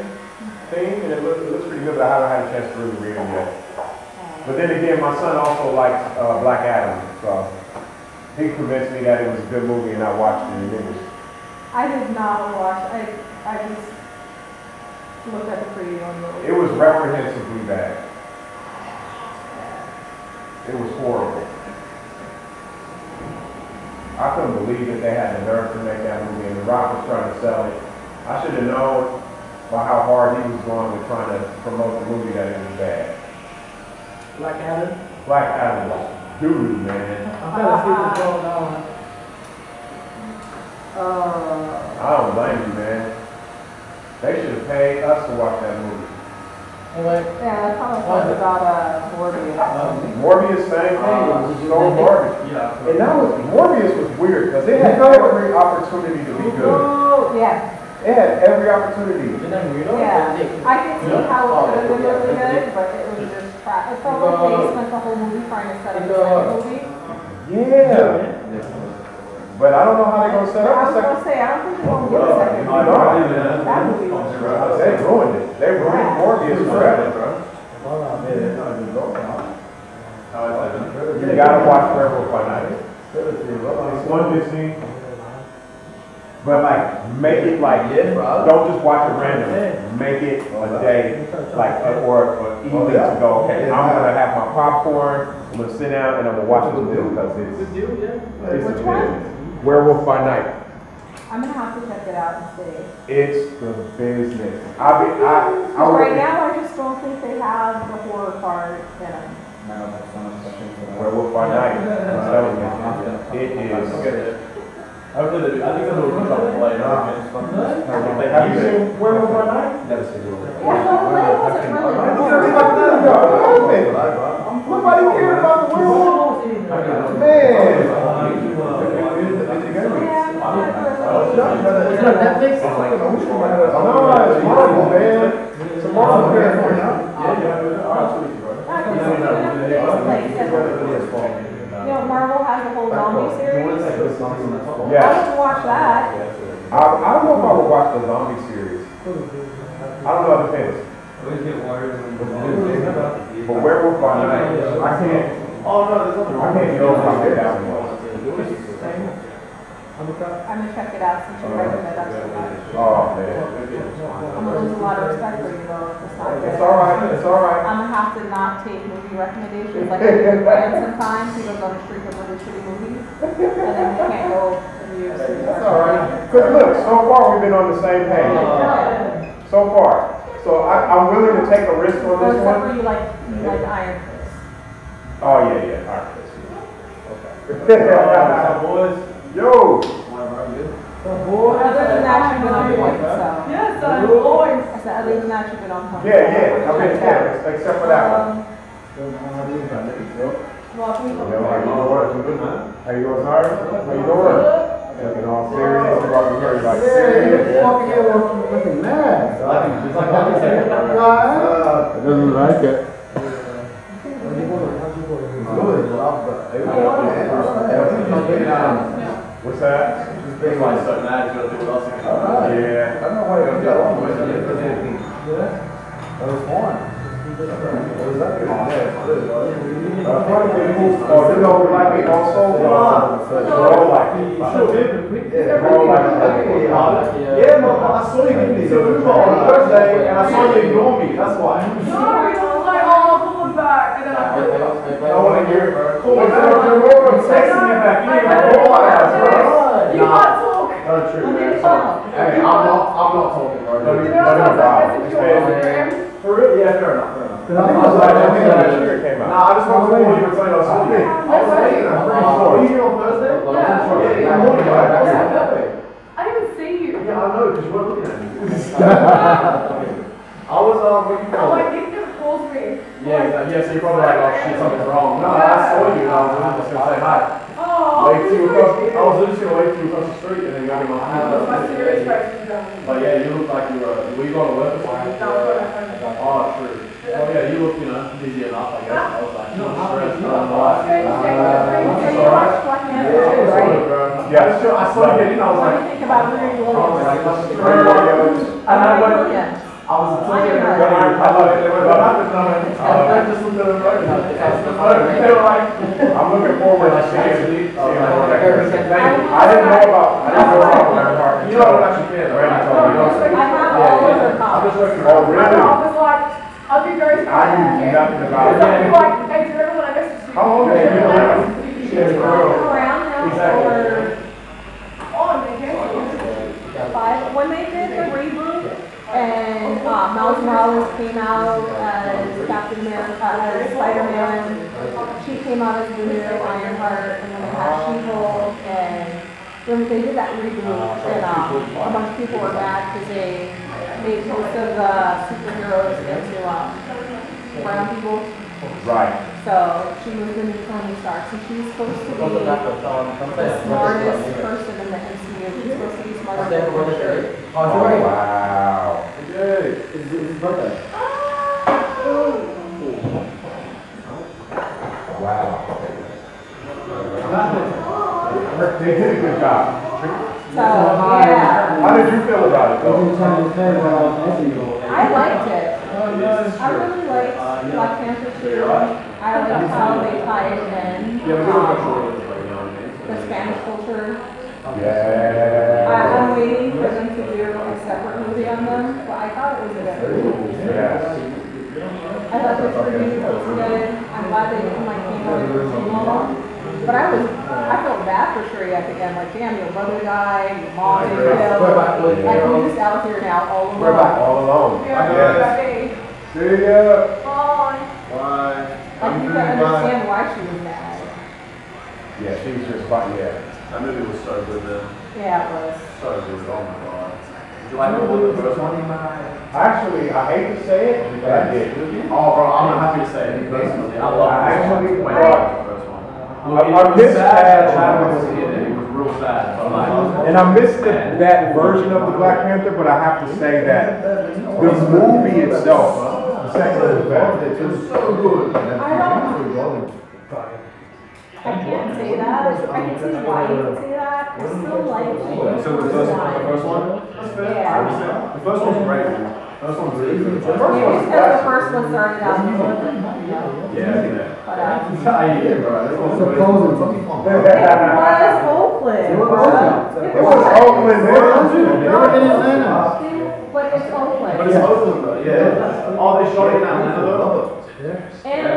[SPEAKER 3] thing, and it looks, it looks pretty good, but I haven't had a chance to really read it yet.
[SPEAKER 4] Uh,
[SPEAKER 3] But then again, my son also likes, uh, Black Adam, so he convinced me that it was a good movie and I watched it and it was,
[SPEAKER 4] I did not watch, I, I just looked at the preview on the.
[SPEAKER 3] it was reprehensibly bad. It was horrible. I couldn't believe that they had the nerve to make that movie and The Rock was trying to sell it. I should have known by how hard he was going with trying to promote the movie that it was bad.
[SPEAKER 2] Black Adam?
[SPEAKER 3] Black Adam.
[SPEAKER 6] Dude, man.
[SPEAKER 2] I gotta see
[SPEAKER 4] "Ah."
[SPEAKER 2] what's going on.
[SPEAKER 4] Uh,
[SPEAKER 3] I don't blame you, man. They should have paid us to watch that movie.
[SPEAKER 5] Anyway,
[SPEAKER 4] yeah, I kind of thought about uh, Morbius.
[SPEAKER 3] Um, Morbius, same thing. It was so
[SPEAKER 2] Uh,
[SPEAKER 3] garbage.
[SPEAKER 2] Yeah.
[SPEAKER 3] And that was Morbius was weird because they had every opportunity to be good.
[SPEAKER 4] Oh, yeah,
[SPEAKER 3] It had every opportunity.
[SPEAKER 5] didn't I read it?
[SPEAKER 4] yeah. I can see how it could have been
[SPEAKER 3] Oh,
[SPEAKER 4] really good, but it was just crap. It felt like
[SPEAKER 3] uh,
[SPEAKER 4] they spent the whole movie trying to set up a second movie.
[SPEAKER 3] Yeah. But I don't know how they're gonna set
[SPEAKER 4] I
[SPEAKER 3] up a
[SPEAKER 4] was
[SPEAKER 3] second.
[SPEAKER 4] gonna say, I don't think they're gonna get a second
[SPEAKER 3] I
[SPEAKER 4] movie.
[SPEAKER 3] know.
[SPEAKER 4] That movie was
[SPEAKER 3] They ruined it. They ruined Morbius forever, bro. You gotta watch Werewolf by Night.
[SPEAKER 6] One big scene.
[SPEAKER 3] But like, make it like, don't just watch it random. Make it a day, like, or, or evening to go, okay, I'm gonna have my popcorn, I'm gonna sit down and I'm gonna watch this movie because it's,
[SPEAKER 2] deal, yeah.
[SPEAKER 3] it's
[SPEAKER 4] Which one?
[SPEAKER 3] business. Werewolf by Night.
[SPEAKER 4] I'm gonna have to check it out and see.
[SPEAKER 3] It's the business. I be, I, I
[SPEAKER 4] right
[SPEAKER 3] would,
[SPEAKER 4] now, I just don't think they have the horror card in them.
[SPEAKER 3] Werewolf by Night, I'm telling you, it is.
[SPEAKER 2] I really, I think that's what we're gonna play.
[SPEAKER 3] Have you seen Werewolf by Night?
[SPEAKER 4] Yeah, so the label wasn't really.
[SPEAKER 3] Nobody cared about the werewolf. Man.
[SPEAKER 4] Yeah, I'm not really-
[SPEAKER 5] It's not Netflix? It's like a
[SPEAKER 3] No, it's Marvel, man. It's a Marvel man.
[SPEAKER 4] not just in a place, like, You know, Marvel has a whole zombie series. I
[SPEAKER 3] Yes.
[SPEAKER 4] would watch that.
[SPEAKER 3] I, I don't know if I would watch the zombie series. I don't know if it depends. But werewolf by night, I can't.
[SPEAKER 2] Oh, no, there's nothing
[SPEAKER 3] I
[SPEAKER 2] wrong.
[SPEAKER 3] can't go by that one.
[SPEAKER 4] I'm gonna check it out since you recommend that so much.
[SPEAKER 3] Oh man.
[SPEAKER 4] I'm gonna lose a lot of respect for you though if it's not good.
[SPEAKER 3] It's all right. It's all right.
[SPEAKER 4] I'm gonna have to not take movie recommendations like I do with Brad sometimes. He goes on a streak of really shitty movies, and then we can't go and use.
[SPEAKER 3] That's all right. Uh-huh. Cause look, so far we've been on the same page. So far. So I, I'm willing to take a risk on
[SPEAKER 4] Well,
[SPEAKER 3] this
[SPEAKER 4] except
[SPEAKER 3] one.
[SPEAKER 4] for you like, you like Iron Fist.
[SPEAKER 3] Oh yeah, yeah. All right. Yo.
[SPEAKER 4] Other than that, you've been on point, so.
[SPEAKER 7] Yes, I'm bored.
[SPEAKER 4] I said, other than that, you've been on point.
[SPEAKER 3] Yeah, yeah. I mean, yeah. Except for that one.
[SPEAKER 4] Um, Well, we.
[SPEAKER 3] Yo, how you doing? How you doing, sorry? How you doing? Taking all serious, you brought me here, you like serious.
[SPEAKER 1] looking mad. It doesn't like it.
[SPEAKER 3] What's that? Yeah. Uh, funny they moved, oh, they don't like me also, uh, they don't like me.
[SPEAKER 2] Yeah, no, I saw you in this. We were on Thursday and I saw you ignore me. That's why.
[SPEAKER 7] Sorry, I was like, oh, pull it back, and then I put it back.
[SPEAKER 3] I don't wanna hear it, bro. Cool, it's not your I'm texting you back, you
[SPEAKER 7] I
[SPEAKER 3] ain't
[SPEAKER 7] read it
[SPEAKER 3] like, oh, I
[SPEAKER 7] back,
[SPEAKER 3] bro.
[SPEAKER 7] yes. You can't talk.
[SPEAKER 3] Not true,
[SPEAKER 7] You
[SPEAKER 3] man.
[SPEAKER 7] can't talk.
[SPEAKER 2] Hey, I'm not, I'm not talking, bro.
[SPEAKER 3] Let me,
[SPEAKER 7] You know,
[SPEAKER 3] let me
[SPEAKER 7] sometimes I
[SPEAKER 3] vibe.
[SPEAKER 7] message you on
[SPEAKER 3] Man,
[SPEAKER 7] Instagram.
[SPEAKER 2] For real? Yeah, fair enough, fair enough.
[SPEAKER 3] I think it was like, I think that year it came out.
[SPEAKER 2] Nah, I just wanted to know you were playing on Sunday. I was late, I'm pretty sure. Were you here on Thursday? Yeah, yeah, morning, right? I was at Pepe.
[SPEAKER 7] I didn't see you.
[SPEAKER 2] Yeah, I know, because you weren't looking at me. I was, um, what you
[SPEAKER 7] Oh,
[SPEAKER 2] call it?
[SPEAKER 7] I think it calls me.
[SPEAKER 2] Yeah, exactly. yeah, so you're uh, probably like, oh shit, something's wrong. No, I saw you, and I was literally just gonna say hi.
[SPEAKER 7] Oh,
[SPEAKER 2] Wave to you across, I was literally gonna wave to you across the street, and then you got in my
[SPEAKER 7] My
[SPEAKER 2] hand.
[SPEAKER 7] serious friend, no.
[SPEAKER 2] But yeah, you look like you were, were you going to work or something?
[SPEAKER 7] No, I'm not friends.
[SPEAKER 2] Oh, true. Well, yeah, you look, you know, busy enough, I guess. I was like, you know, stressed,
[SPEAKER 7] Strange, strange, strange,
[SPEAKER 4] So
[SPEAKER 7] strange.
[SPEAKER 4] you watched Black Panther, right?
[SPEAKER 2] Yeah, sure. I saw you get in. I was
[SPEAKER 4] What
[SPEAKER 2] like,
[SPEAKER 4] do you think about Mary Williams?
[SPEAKER 3] Very well,
[SPEAKER 2] and
[SPEAKER 3] yo.
[SPEAKER 2] I went.
[SPEAKER 4] Yeah.
[SPEAKER 2] I was talking to
[SPEAKER 3] But I- I love it. But I-
[SPEAKER 2] I just looked at them right now. They were like,
[SPEAKER 3] I'm looking forward to seeing, seeing more of that person. Thank you. I didn't know about, I didn't know about that part.
[SPEAKER 2] you know what I should get, right?
[SPEAKER 3] Randy told me.
[SPEAKER 4] I have all of
[SPEAKER 2] I'm
[SPEAKER 4] her
[SPEAKER 2] just
[SPEAKER 4] copies.
[SPEAKER 2] looking.
[SPEAKER 3] Oh,
[SPEAKER 7] My
[SPEAKER 3] really?
[SPEAKER 7] mom was like, I'll be very
[SPEAKER 3] I
[SPEAKER 7] proud of
[SPEAKER 3] knew
[SPEAKER 7] you.
[SPEAKER 3] nothing
[SPEAKER 7] Because
[SPEAKER 3] about it.
[SPEAKER 7] I'd be like, hey, do you remember when I messaged you?
[SPEAKER 3] How
[SPEAKER 7] Do
[SPEAKER 3] old
[SPEAKER 7] you
[SPEAKER 3] are
[SPEAKER 7] remember when I
[SPEAKER 3] you?
[SPEAKER 7] messaged you?
[SPEAKER 3] She's a girl.
[SPEAKER 4] Around
[SPEAKER 3] Exactly.
[SPEAKER 4] now
[SPEAKER 7] Oh, I'm a gangster.
[SPEAKER 4] for five, when they did the reboot and uh, Miles Morales came out as Captain America out as Spider-Man. She came out as Blue Beetle, Ironheart, and then they had She-Hulk, and when they did that reboot, and um, a bunch of people were mad because they made most of the superheroes into um, brown people.
[SPEAKER 3] Right.
[SPEAKER 4] So she moved into Tony Stark, so she's supposed to
[SPEAKER 5] Vamos lá,
[SPEAKER 4] be
[SPEAKER 5] pessoal. Vamos
[SPEAKER 4] the smartest
[SPEAKER 5] lá.
[SPEAKER 4] person in the MCU. She's supposed to be smarter
[SPEAKER 5] Até
[SPEAKER 4] than
[SPEAKER 5] agora,
[SPEAKER 4] Richard.
[SPEAKER 5] peraí.
[SPEAKER 6] Oh,
[SPEAKER 5] Ó, Jorge.
[SPEAKER 6] wow.
[SPEAKER 1] Yay, it's, it's birthday.
[SPEAKER 6] Wow.
[SPEAKER 3] They did a good job.
[SPEAKER 4] So, yeah,
[SPEAKER 3] How did you feel about it
[SPEAKER 1] I
[SPEAKER 3] though?
[SPEAKER 1] was trying to say when I was missing you.
[SPEAKER 4] I liked it. I really liked Black Panther too. I liked how they tied in um, the Spanish culture. I,
[SPEAKER 3] Yeah.
[SPEAKER 4] I'm waiting for them to do a separate movie on them, but I thought it was a good movie.
[SPEAKER 3] Yes.
[SPEAKER 4] I thought the three musicals were good. I'm glad they didn't like came out with Timo. But I was, I felt bad for Sheree at the end. Like, damn, your brother died, your mom is
[SPEAKER 5] Vai,
[SPEAKER 4] killed.
[SPEAKER 5] vai, vai.
[SPEAKER 4] Like, we're just out here now, all alone.
[SPEAKER 3] All alone. Yes.
[SPEAKER 6] See ya.
[SPEAKER 7] Bye.
[SPEAKER 6] Bye.
[SPEAKER 4] Like, you can understand why she was mad.
[SPEAKER 3] Yeah, she was just fine, yeah.
[SPEAKER 2] That movie was so good, man.
[SPEAKER 4] Yeah, it was.
[SPEAKER 2] So good. Oh my god. Do you like the one the first one?
[SPEAKER 3] Actually, I hate to say it, but I did.
[SPEAKER 2] Oh, bro, I'm happy to say it personally. I love the
[SPEAKER 3] I
[SPEAKER 2] first
[SPEAKER 3] actually-
[SPEAKER 2] one. Way better than the first one. Look,
[SPEAKER 3] I- I
[SPEAKER 2] it was
[SPEAKER 3] missed
[SPEAKER 2] sad,
[SPEAKER 3] that.
[SPEAKER 2] but I wanted to see it, and it was real sad. but like-
[SPEAKER 3] And I missed the- that version of the Black Panther, but I have to say that the movie itself, the second one was better.
[SPEAKER 6] It was so good.
[SPEAKER 4] I can't say that. I can see why you can say that. I still like.
[SPEAKER 2] So the first one, the first one?
[SPEAKER 4] Yeah.
[SPEAKER 2] The first one's great, man. First one's really good. The first one's
[SPEAKER 4] Yeah, just 'cause the first one started out. it wasn't, you know,
[SPEAKER 2] Yeah.
[SPEAKER 4] But, uh,
[SPEAKER 2] I hear, bro. This one's
[SPEAKER 1] It's a
[SPEAKER 2] really
[SPEAKER 1] closing.
[SPEAKER 2] good.
[SPEAKER 3] uh,
[SPEAKER 4] it was Oakland.
[SPEAKER 1] It was Oakland.
[SPEAKER 4] It
[SPEAKER 3] It was Oakland,
[SPEAKER 1] They
[SPEAKER 3] man.
[SPEAKER 1] were in Atlanta.
[SPEAKER 4] But it's Oakland.
[SPEAKER 2] But it's Oakland, though. Yeah. Oh, they shot it down there, though.
[SPEAKER 4] And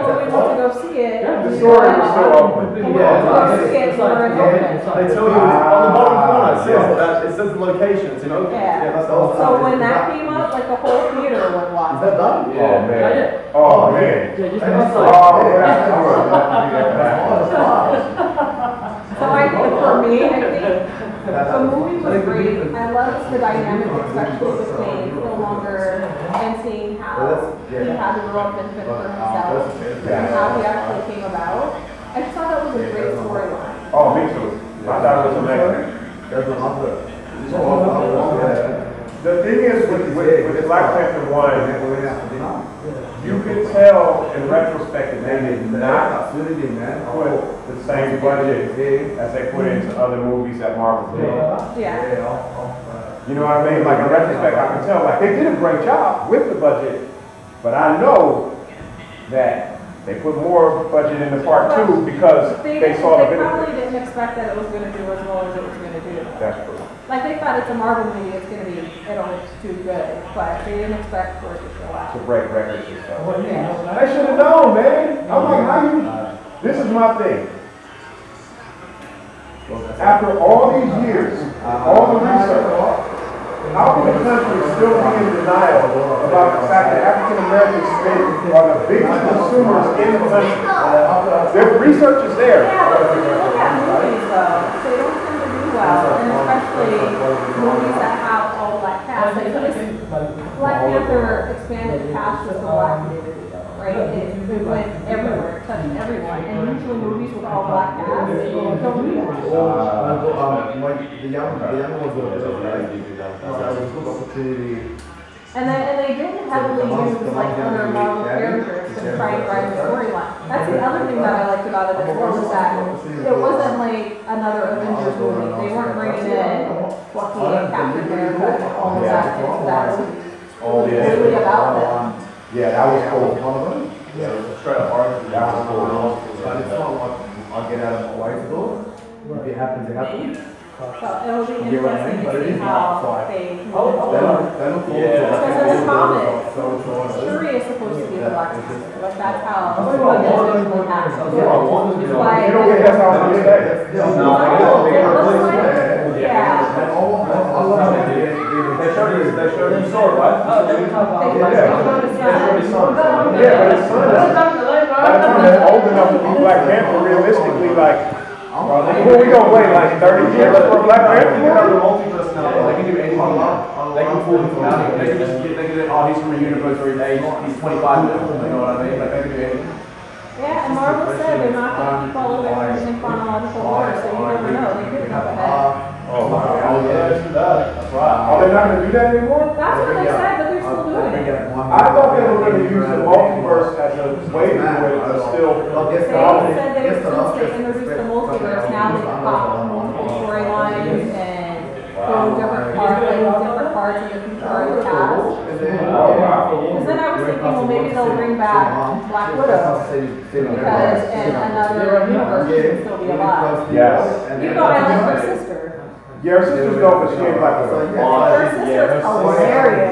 [SPEAKER 4] when we went to go see it.
[SPEAKER 3] The story was so open.
[SPEAKER 4] When we went to go see it, we were in Oakland.
[SPEAKER 2] They tell you it's on the bottom corner. It says that. It says the location. It's in Oakland.
[SPEAKER 4] Yeah.
[SPEAKER 2] that's the whole
[SPEAKER 4] So when that came up, like the whole theater went
[SPEAKER 2] Is
[SPEAKER 4] wild.
[SPEAKER 2] that done?
[SPEAKER 3] Oh, man. Oh, man. Oh, man.
[SPEAKER 4] So I think for me, I think the movie was great. I loved the dynamic, especially between Killmonger and seeing how he had to grow up and fit for himself and how he actually came about. I just thought that was a great storyline.
[SPEAKER 3] Oh, me too. I thought it was amazing.
[SPEAKER 6] There's another.
[SPEAKER 3] The thing is, with, with, with Black Panther one, You can tell in retrospect that they did not put the same budget as they put into other movies that Marvel did.
[SPEAKER 4] Yeah.
[SPEAKER 3] You know what I mean? Like in retrospect, I can tell, like they did a great job with the budget, but I know that they put more budget into part two because
[SPEAKER 4] They,
[SPEAKER 3] they
[SPEAKER 4] they
[SPEAKER 3] saw the benefit.
[SPEAKER 4] probably didn't expect that it was gonna do as well as it was gonna do.
[SPEAKER 3] That's true.
[SPEAKER 4] Like they thought it's a Marvel movie, it's gonna be, it'll do good, but they didn't expect for it to show
[SPEAKER 3] To
[SPEAKER 4] out.
[SPEAKER 3] break records and stuff.
[SPEAKER 4] Yeah.
[SPEAKER 3] I should have known, man. I'm like, how you, this is my thing. After all these years, all the research, How can the country still be in denial about the fact that African Americans spend are the biggest consumers in the country? Their research is there.
[SPEAKER 4] Yeah, but when you look at movies though, they don't tend to do well, and especially movies that have all black cast, like this Black Panther expanded cast with the black community, right? It, it went everywhere, it touched everyone, and usually movies with all black cast, don't do that. And then, and they didn't heavily use like other Marvel characters to try and drive the storyline. That's the other thing that I liked about it as well was that it wasn't like another Avengers movie. They weren't bringing in Bucky and Captain America and all of that into that movie.
[SPEAKER 3] Oh,
[SPEAKER 4] It was really about them.
[SPEAKER 3] Yeah, that was cool.
[SPEAKER 6] Yeah, it was straight up hard. That was cool. But it's not like I'll get out of my way to do it. If it happens, it happens.
[SPEAKER 4] So it'll be
[SPEAKER 6] Yeah, right.
[SPEAKER 4] interesting
[SPEAKER 6] But
[SPEAKER 4] to
[SPEAKER 6] it
[SPEAKER 4] see
[SPEAKER 6] is Oh,
[SPEAKER 4] how
[SPEAKER 6] outside.
[SPEAKER 4] they.
[SPEAKER 6] They don't, they don't
[SPEAKER 2] Yeah.
[SPEAKER 6] fall to us.
[SPEAKER 4] Because in the comics,
[SPEAKER 6] So it's all-
[SPEAKER 4] Shuri is supposed to be the Black Panther, like that's how.
[SPEAKER 6] I think I
[SPEAKER 4] Bucky
[SPEAKER 6] wanted to
[SPEAKER 4] is usually
[SPEAKER 6] go there.
[SPEAKER 4] acted.
[SPEAKER 6] Oh, Yeah,
[SPEAKER 4] It's
[SPEAKER 6] I wanted to go
[SPEAKER 4] like-
[SPEAKER 3] You don't get that's how I'm saying.
[SPEAKER 6] Yeah.
[SPEAKER 4] It looks like, yeah.
[SPEAKER 6] And all- all- all-
[SPEAKER 2] They showed it. They showed it. You saw it, right?
[SPEAKER 4] They must have
[SPEAKER 3] Yeah,
[SPEAKER 4] known it's not.
[SPEAKER 2] They showed his son.
[SPEAKER 3] Yeah, but it's
[SPEAKER 7] Let's
[SPEAKER 3] fun.
[SPEAKER 7] talk to
[SPEAKER 3] By the time they're old enough to be Black Panther, realistically, like, who we gonna wait, like thirty years for Black Panther? You know?
[SPEAKER 2] multi-dress now, though. they can do anything they want. They can fool him from out They can just, get- they can, do, oh, he's from a universe where he's age, he's twenty-five now, you know what I mean? Like, they can do anything.
[SPEAKER 4] Yeah, and Marvel said they're not gonna keep all of everything in chronological order, so you never know, they could have that.
[SPEAKER 6] Oh, wow.
[SPEAKER 2] Oh, yeah, that's that's right.
[SPEAKER 3] Are they not gonna do that anymore?
[SPEAKER 4] That's what they said, but they're still doing it.
[SPEAKER 3] I thought they were gonna use the multiverse as a way to still.
[SPEAKER 4] They said they were still saying introduce the multiverse, now they pop multiple storylines and go different parts, like different parts of the future of the past. Cause then I was thinking, well, maybe they'll bring back Black Widow, because in another universe, she'd still be alive.
[SPEAKER 3] Yes.
[SPEAKER 4] You know, I like her sister.
[SPEAKER 3] Yeah, her sister's dope, but she ain't black. though.
[SPEAKER 4] Her sister's hilarious.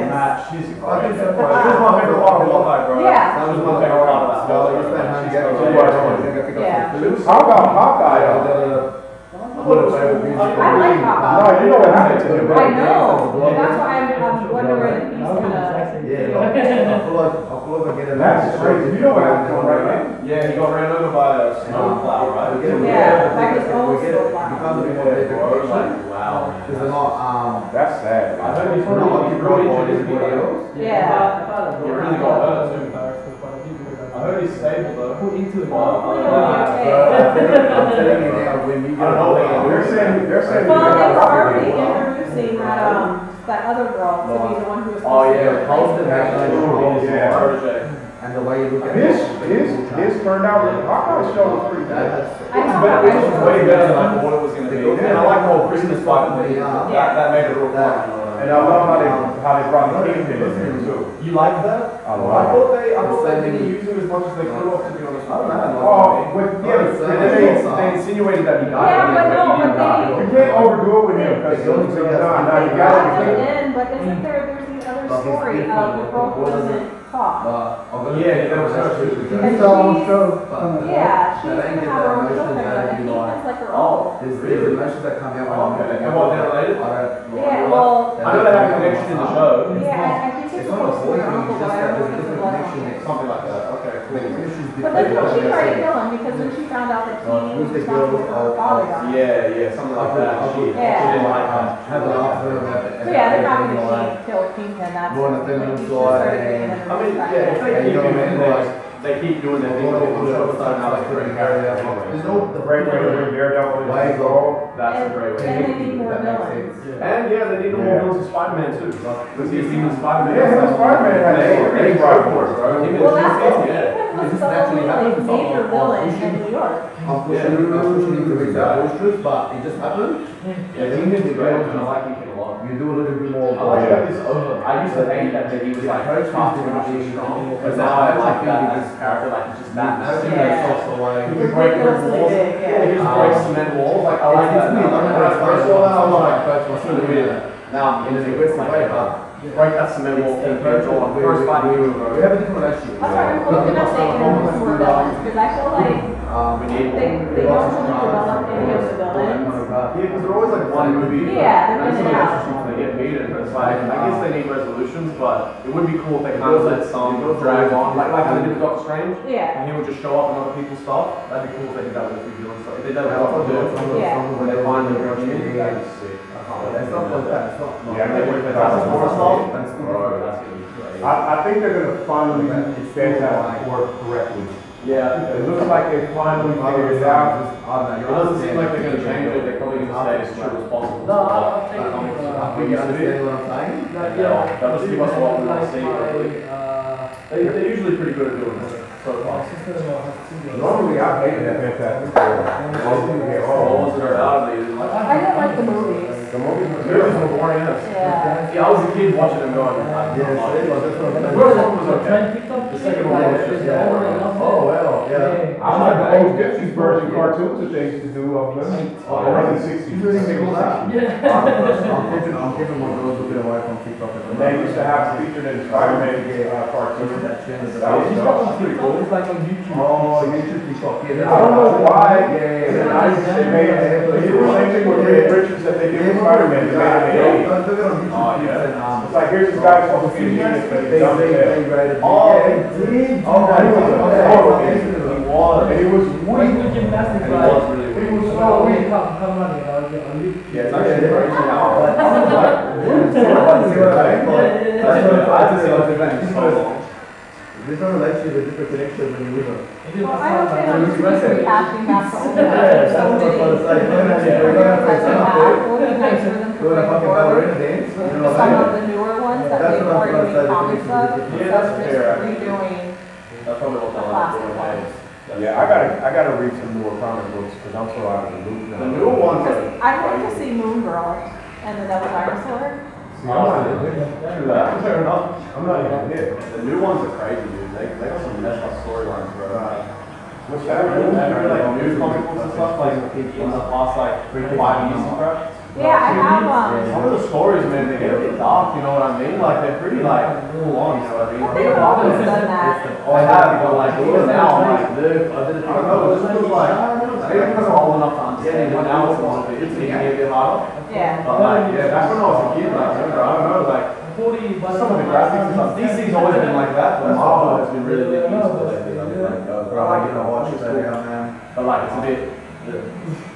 [SPEAKER 2] She's a
[SPEAKER 6] I think
[SPEAKER 2] great.
[SPEAKER 6] so. Here's my favorite part of Love Live, bro.
[SPEAKER 4] Yeah.
[SPEAKER 6] That was my favorite part of Love Live. We spent time together. We watched it. We got to go
[SPEAKER 4] Yeah.
[SPEAKER 6] to the food.
[SPEAKER 3] How about Hawkeye?
[SPEAKER 4] I like Hawkeye.
[SPEAKER 3] No, you know what happened to him,
[SPEAKER 4] I
[SPEAKER 3] right?
[SPEAKER 4] know, and that's why I'm, I'm wondering if he's gonna,
[SPEAKER 6] Yeah, like, I feel like, I feel like I get a
[SPEAKER 3] That's crazy. You know what happened to him, right? man?
[SPEAKER 2] Yeah, he got ran over by a snowplow, right?
[SPEAKER 4] Yeah, like his own
[SPEAKER 6] We get it.
[SPEAKER 4] snowplow.
[SPEAKER 6] Becomes a bit more difficult.
[SPEAKER 2] Wow.
[SPEAKER 6] Because they're not, um,
[SPEAKER 3] That's sad.
[SPEAKER 2] I
[SPEAKER 3] man.
[SPEAKER 2] heard he's
[SPEAKER 6] they're not
[SPEAKER 2] really,
[SPEAKER 6] like
[SPEAKER 2] he really
[SPEAKER 6] you grow up
[SPEAKER 2] enjoyed
[SPEAKER 6] on
[SPEAKER 2] his video.
[SPEAKER 4] yeah.
[SPEAKER 2] He really got hurt too. I heard he's stable though.
[SPEAKER 4] Well,
[SPEAKER 6] I'm telling you now, when you get
[SPEAKER 2] I don't know,
[SPEAKER 6] older,
[SPEAKER 3] They're saying, they're saying.
[SPEAKER 4] they were already introducing that, um, that other girl to be the one who was.
[SPEAKER 2] Oh yeah, Paul's the
[SPEAKER 3] Yeah.
[SPEAKER 2] protege.
[SPEAKER 6] and the way you look at
[SPEAKER 3] His,
[SPEAKER 6] it.
[SPEAKER 3] his, his turned out, Hawkeye's show was pretty good.
[SPEAKER 6] That's-
[SPEAKER 4] I
[SPEAKER 2] It's
[SPEAKER 4] know,
[SPEAKER 2] better, it was
[SPEAKER 4] I
[SPEAKER 2] way better than I thought it was gonna be. And I like the whole Christmas vibe thing. That, that made it real fun.
[SPEAKER 3] And I love how they, how they brought the kingpin in there too.
[SPEAKER 2] You like that?
[SPEAKER 3] I
[SPEAKER 2] I
[SPEAKER 3] love it.
[SPEAKER 2] thought they, I thought they didn't use him as much as they could have, to be honest.
[SPEAKER 3] Oh, with, yeah,
[SPEAKER 2] Yeah, and then they, they insinuated that he died.
[SPEAKER 4] Yeah, but no, but they-
[SPEAKER 3] You can't overdo it with him, cause he's, nah, nah, you
[SPEAKER 4] Got
[SPEAKER 3] gotta
[SPEAKER 4] them
[SPEAKER 3] be.
[SPEAKER 4] in, but isn't there, there's the other story of the girl who doesn't talk.
[SPEAKER 2] Yeah, that was her too.
[SPEAKER 4] And
[SPEAKER 1] It's all on
[SPEAKER 4] she's-
[SPEAKER 1] show. um,
[SPEAKER 4] Yeah, she doesn't have her own children, and he has like her own.
[SPEAKER 6] There's there's emotions that come out when
[SPEAKER 2] Okay, and what, they're related?
[SPEAKER 6] I don't-
[SPEAKER 4] Yeah, well,
[SPEAKER 2] I know they have a connection in the show.
[SPEAKER 4] yeah, I I think it's
[SPEAKER 6] It's not
[SPEAKER 4] supposed
[SPEAKER 6] a
[SPEAKER 4] to be
[SPEAKER 6] voice,
[SPEAKER 4] her
[SPEAKER 6] it's
[SPEAKER 4] uncle,
[SPEAKER 6] just
[SPEAKER 4] but I don't
[SPEAKER 6] that
[SPEAKER 4] know
[SPEAKER 6] there's a
[SPEAKER 4] if it's
[SPEAKER 6] different
[SPEAKER 4] blood
[SPEAKER 6] connection.
[SPEAKER 4] uncle.
[SPEAKER 6] It's
[SPEAKER 2] Something like that, okay,
[SPEAKER 6] like the
[SPEAKER 2] cool.
[SPEAKER 6] issues
[SPEAKER 4] But then
[SPEAKER 6] different.
[SPEAKER 4] she tried to kill him because then she found out that
[SPEAKER 6] Uh,
[SPEAKER 4] he
[SPEAKER 6] who's
[SPEAKER 4] was
[SPEAKER 6] the
[SPEAKER 4] responsible
[SPEAKER 6] girl,
[SPEAKER 4] for
[SPEAKER 6] uh,
[SPEAKER 4] her father. dying.
[SPEAKER 2] Yeah, yeah, something like that. She, she didn't like that.
[SPEAKER 6] um, Have an offer about it.
[SPEAKER 4] So yeah, they're not gonna keep kill Kingpin, that's.
[SPEAKER 6] Go on a
[SPEAKER 4] like,
[SPEAKER 6] thin
[SPEAKER 4] he
[SPEAKER 6] slide
[SPEAKER 4] started getting
[SPEAKER 6] and-
[SPEAKER 2] I mean, yeah, if they
[SPEAKER 6] And you
[SPEAKER 2] keep
[SPEAKER 6] don't
[SPEAKER 2] doing
[SPEAKER 6] remember, like,
[SPEAKER 2] that, they keep doing that thing, they'll show us that now, like, they're in Harry
[SPEAKER 6] There's
[SPEAKER 2] Potter.
[SPEAKER 6] no, the
[SPEAKER 3] Break, break, break, daredevil,
[SPEAKER 6] Why
[SPEAKER 3] just
[SPEAKER 6] go?
[SPEAKER 3] go.
[SPEAKER 2] That's a great way.
[SPEAKER 4] And they need more villains.
[SPEAKER 2] And yeah, they need more
[SPEAKER 3] Yeah.
[SPEAKER 2] villains of Spider-Man too. Because he's even Spider-Man.
[SPEAKER 3] Yeah, him and Spider-Man had
[SPEAKER 2] They,
[SPEAKER 3] a-
[SPEAKER 2] they go for it, bro. Him and-
[SPEAKER 4] Well, that's,
[SPEAKER 2] yeah.
[SPEAKER 4] Kingpin was
[SPEAKER 6] This
[SPEAKER 4] the
[SPEAKER 6] is actually
[SPEAKER 4] only like
[SPEAKER 6] happened.
[SPEAKER 4] major villain in New York.
[SPEAKER 6] Unfortunately, unfortunately, it's not bullshit, but it just happened.
[SPEAKER 2] Yeah, Kingpin's great, and I like Kingpin a lot.
[SPEAKER 6] You do a little bit more.
[SPEAKER 2] I like that he's over. I used to hate that, that he was like, very tough and really strong, but now I like that as a character, like, he's just that massive.
[SPEAKER 4] Yeah.
[SPEAKER 2] He
[SPEAKER 6] away.
[SPEAKER 2] can break through
[SPEAKER 4] Ridiculously
[SPEAKER 2] walls.
[SPEAKER 4] big, yeah.
[SPEAKER 2] He just breaks cement walls. Like, I like that.
[SPEAKER 6] It's me,
[SPEAKER 2] Now,
[SPEAKER 6] I'm
[SPEAKER 2] When I first saw that, I was like, that's really weird. Now I'm
[SPEAKER 6] And
[SPEAKER 2] into
[SPEAKER 6] it
[SPEAKER 2] it.
[SPEAKER 6] gets
[SPEAKER 2] It's like,
[SPEAKER 6] away,
[SPEAKER 2] uh,
[SPEAKER 6] but.
[SPEAKER 2] break that cement wall thing, bro.
[SPEAKER 6] We-
[SPEAKER 2] First fight
[SPEAKER 6] we-
[SPEAKER 2] you were,
[SPEAKER 6] We have a different relationship.
[SPEAKER 4] That's why I'm hoping that they introduce more villains, because I feel like
[SPEAKER 6] Um,
[SPEAKER 2] We need.
[SPEAKER 4] they, they don't really develop any of the villains.
[SPEAKER 2] Yeah, because they're always like one movie.
[SPEAKER 4] Yeah,
[SPEAKER 2] and
[SPEAKER 4] they're in and
[SPEAKER 2] some
[SPEAKER 4] out.
[SPEAKER 2] relationships, They get beat and it's like, I guess they need resolutions, but it would be cool if they kind of let some drag on, like, like how they did with Doctor Strange.
[SPEAKER 4] Yeah,
[SPEAKER 2] And he would just show up and other people's stuff. That'd be cool if they did that with a few villains. Like, if they did that with Doctor Doom, when they finally got him in, that'd be sick. I can't wait.
[SPEAKER 6] That's not like that, it's not.
[SPEAKER 3] Yeah,
[SPEAKER 2] They would Fantastic Four stuff. Bro, that's gonna be crazy.
[SPEAKER 3] I, I think they're gonna finally use Fantastic Four correctly.
[SPEAKER 2] Yeah.
[SPEAKER 3] It looks like they finally figured it out.
[SPEAKER 2] It doesn't seem like they're gonna change it. They're probably gonna stay as true as possible. No, I uh,
[SPEAKER 6] You understand what I'm saying?
[SPEAKER 2] Yeah, that'll just give us a lot more to see, hopefully. They, they're usually pretty good at doing this so far.
[SPEAKER 3] Normally, I hate that Fantastic Four. Most people get all-
[SPEAKER 2] All of them are out of these. like, uh,
[SPEAKER 4] I didn't like the movies.
[SPEAKER 3] The movies were
[SPEAKER 2] They're just
[SPEAKER 3] terrible.
[SPEAKER 2] boring us.
[SPEAKER 4] Yeah.
[SPEAKER 2] Yeah, I was a kid watching them going, I
[SPEAKER 6] Yeah,
[SPEAKER 2] don't
[SPEAKER 6] so
[SPEAKER 2] like
[SPEAKER 6] it
[SPEAKER 2] it.
[SPEAKER 6] was, that's what I'm
[SPEAKER 2] The
[SPEAKER 6] saying.
[SPEAKER 2] first one was okay.
[SPEAKER 5] The
[SPEAKER 2] second one was just-
[SPEAKER 6] Oh, well, yeah.
[SPEAKER 3] I like the old fifties version cartoons that they used to do uh, of them.
[SPEAKER 6] Oh,
[SPEAKER 3] Or early sixties.
[SPEAKER 6] I'm keeping, I'm keeping my girls a bit away from TikTok at the moment.
[SPEAKER 3] They used to have featured in Spider-Man uh, cartoons.
[SPEAKER 6] That channel.
[SPEAKER 3] That was dope.
[SPEAKER 6] Oh, YouTube TikTok, yeah.
[SPEAKER 3] I
[SPEAKER 6] that's-
[SPEAKER 3] don't know why.
[SPEAKER 6] Yeah, yeah, yeah.
[SPEAKER 3] I just- They made they did the same thing with Red Richards that they did with Spider-Man. They made it in the 80s.
[SPEAKER 6] Don't do it on YouTube,
[SPEAKER 2] yeah.
[SPEAKER 6] it's an, um,
[SPEAKER 3] It's like here's this guy supposed to be a genius, but they dumped him.
[SPEAKER 6] rated
[SPEAKER 3] Oh,
[SPEAKER 6] Oh, they did. Oh,
[SPEAKER 3] that.
[SPEAKER 6] I didn't know that.
[SPEAKER 3] Oh, okay.
[SPEAKER 6] They did it. was.
[SPEAKER 3] And he was
[SPEAKER 5] When
[SPEAKER 3] weak.
[SPEAKER 5] you gymnastics,
[SPEAKER 2] And it
[SPEAKER 5] like,
[SPEAKER 2] was really
[SPEAKER 3] He
[SPEAKER 2] weak.
[SPEAKER 3] was so
[SPEAKER 5] oh, we
[SPEAKER 3] weak.
[SPEAKER 5] come, come on, you know, you know, you-
[SPEAKER 2] Yeah, it's actually very
[SPEAKER 6] But
[SPEAKER 2] now.
[SPEAKER 6] I'm like, what is going on in your life? Like,
[SPEAKER 2] That's
[SPEAKER 6] that's
[SPEAKER 2] what
[SPEAKER 6] what
[SPEAKER 2] I
[SPEAKER 6] I
[SPEAKER 2] just
[SPEAKER 6] say.
[SPEAKER 2] said, I've been so long.
[SPEAKER 6] This one likes you, this is a connection when
[SPEAKER 5] you
[SPEAKER 6] you win.
[SPEAKER 5] do
[SPEAKER 4] Well,
[SPEAKER 5] not
[SPEAKER 4] I don't think I'm
[SPEAKER 5] have that.
[SPEAKER 4] just rehashing back the old
[SPEAKER 6] Yeah,
[SPEAKER 4] ones.
[SPEAKER 6] that's
[SPEAKER 4] So
[SPEAKER 6] what
[SPEAKER 4] many.
[SPEAKER 6] I was like, no, no,
[SPEAKER 4] We're
[SPEAKER 6] you're
[SPEAKER 4] gonna play them
[SPEAKER 6] gonna play
[SPEAKER 4] back,
[SPEAKER 6] something.
[SPEAKER 4] we'll be nice for them to
[SPEAKER 6] You're a
[SPEAKER 4] bring
[SPEAKER 6] fucking
[SPEAKER 4] forward.
[SPEAKER 6] power dance, you know,
[SPEAKER 4] Some
[SPEAKER 6] like,
[SPEAKER 4] of the newer ones that
[SPEAKER 6] That's
[SPEAKER 4] they've
[SPEAKER 6] what
[SPEAKER 4] already
[SPEAKER 6] I'm
[SPEAKER 4] made
[SPEAKER 6] trying to
[SPEAKER 4] copies
[SPEAKER 6] say,
[SPEAKER 4] of, so
[SPEAKER 6] it's-
[SPEAKER 2] Yeah, that's
[SPEAKER 4] it's just
[SPEAKER 2] fair.
[SPEAKER 4] redoing.
[SPEAKER 2] That's probably what I'm
[SPEAKER 6] Yeah, I gotta, I gotta read some newer comic books, cause I'm so out of the loop now.
[SPEAKER 2] The newer ones are.
[SPEAKER 4] Because I wanted to see Moon Girl and the Devil's Dinosaur.
[SPEAKER 6] See, I'm not even there.
[SPEAKER 2] True that. Fair enough.
[SPEAKER 6] I'm not even there.
[SPEAKER 2] The new ones are crazy, dude. They, they got some messed up storylines, bro.
[SPEAKER 6] Right.
[SPEAKER 2] Which I remember, like, new comic books and stuff, like, in the past, like, three, five years, bro.
[SPEAKER 4] Yeah, I have, um,
[SPEAKER 2] Some of the stories, man, they get a bit dark, you know what I mean? Like, they're pretty, like, full on, you know what I mean?
[SPEAKER 4] I think all of us done that.
[SPEAKER 2] Oh, I have, but like, even now, I'm like, dude, I didn't even know. This feels like, I think it's old enough to understand what now it's on, but it's getting a bit harder.
[SPEAKER 4] Yeah.
[SPEAKER 2] But like, yeah, back when I was a kid, like, I remember, I don't know, like,
[SPEAKER 5] Forty, but
[SPEAKER 2] some of the graphics and stuff, DC's always been like that, but
[SPEAKER 6] Oh,
[SPEAKER 2] Marvel has been really big into what they did. I mean, like, uh,
[SPEAKER 6] Bro, I get to watch this every now and then.
[SPEAKER 2] But like, it's a bit,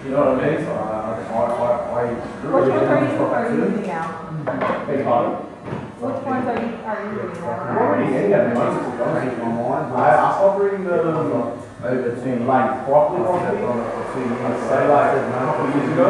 [SPEAKER 2] you know what I mean?
[SPEAKER 6] So, I- I- why- why- why you
[SPEAKER 4] Which
[SPEAKER 6] screw
[SPEAKER 4] ones
[SPEAKER 6] it?
[SPEAKER 4] are you, are you reading now?
[SPEAKER 2] Big harder.
[SPEAKER 4] Which ones are you, are you reading
[SPEAKER 2] I'm
[SPEAKER 4] now?
[SPEAKER 2] already in that,
[SPEAKER 6] Right,
[SPEAKER 2] man.
[SPEAKER 6] I'm on, but
[SPEAKER 2] I, I stopped reading the,
[SPEAKER 6] Over two years.
[SPEAKER 2] like, properly, properly.
[SPEAKER 6] I've slept on it for two years.
[SPEAKER 2] I'd say like a couple years ago.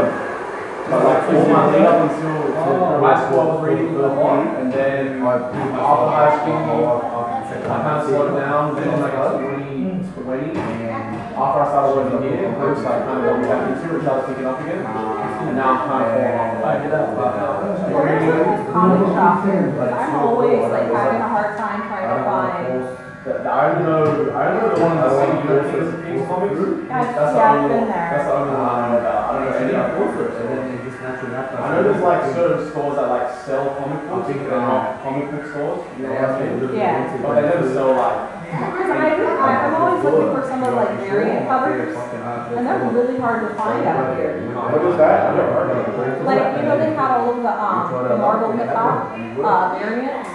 [SPEAKER 2] But like
[SPEAKER 6] Oh,
[SPEAKER 2] four months
[SPEAKER 6] yeah.
[SPEAKER 2] up until high school, I was reading for a lot, and then
[SPEAKER 6] I-
[SPEAKER 2] after high school,
[SPEAKER 6] I'll
[SPEAKER 2] I
[SPEAKER 6] check it out.
[SPEAKER 2] kind of slowed down. Then like twenty twenty, after I started working here, at first I kind of went back into it, started picking up again, and now I'm kind of falling off the back of that. But uh,
[SPEAKER 4] Well, there's a whole comic shop here, because I'm always like having a hard time
[SPEAKER 6] I
[SPEAKER 4] trying to
[SPEAKER 6] don't want
[SPEAKER 4] find.
[SPEAKER 6] to force-
[SPEAKER 2] the- the- I don't know, I don't know the one that's like United Kings comics.
[SPEAKER 4] I've-
[SPEAKER 2] That's the
[SPEAKER 4] yeah, I've
[SPEAKER 2] only
[SPEAKER 4] been
[SPEAKER 2] one-
[SPEAKER 4] there.
[SPEAKER 2] That's the only one I know about. I don't know any other.
[SPEAKER 6] And then it just naturally happens.
[SPEAKER 2] I know there's like certain stores that like sell comic books,
[SPEAKER 6] think
[SPEAKER 2] but
[SPEAKER 6] they're
[SPEAKER 2] they're not comic book stores. You know
[SPEAKER 6] They
[SPEAKER 2] what
[SPEAKER 6] have
[SPEAKER 2] I mean?
[SPEAKER 6] to do
[SPEAKER 4] Yeah.
[SPEAKER 6] it.
[SPEAKER 2] But they never sell like.
[SPEAKER 4] Because I, I- I'm always looking for some of like variant covers, and they're really hard to find out here.
[SPEAKER 3] What is that? I never heard of it.
[SPEAKER 4] Like, you know, they had all of the, um, the Marvel hip-hop, uh, variants.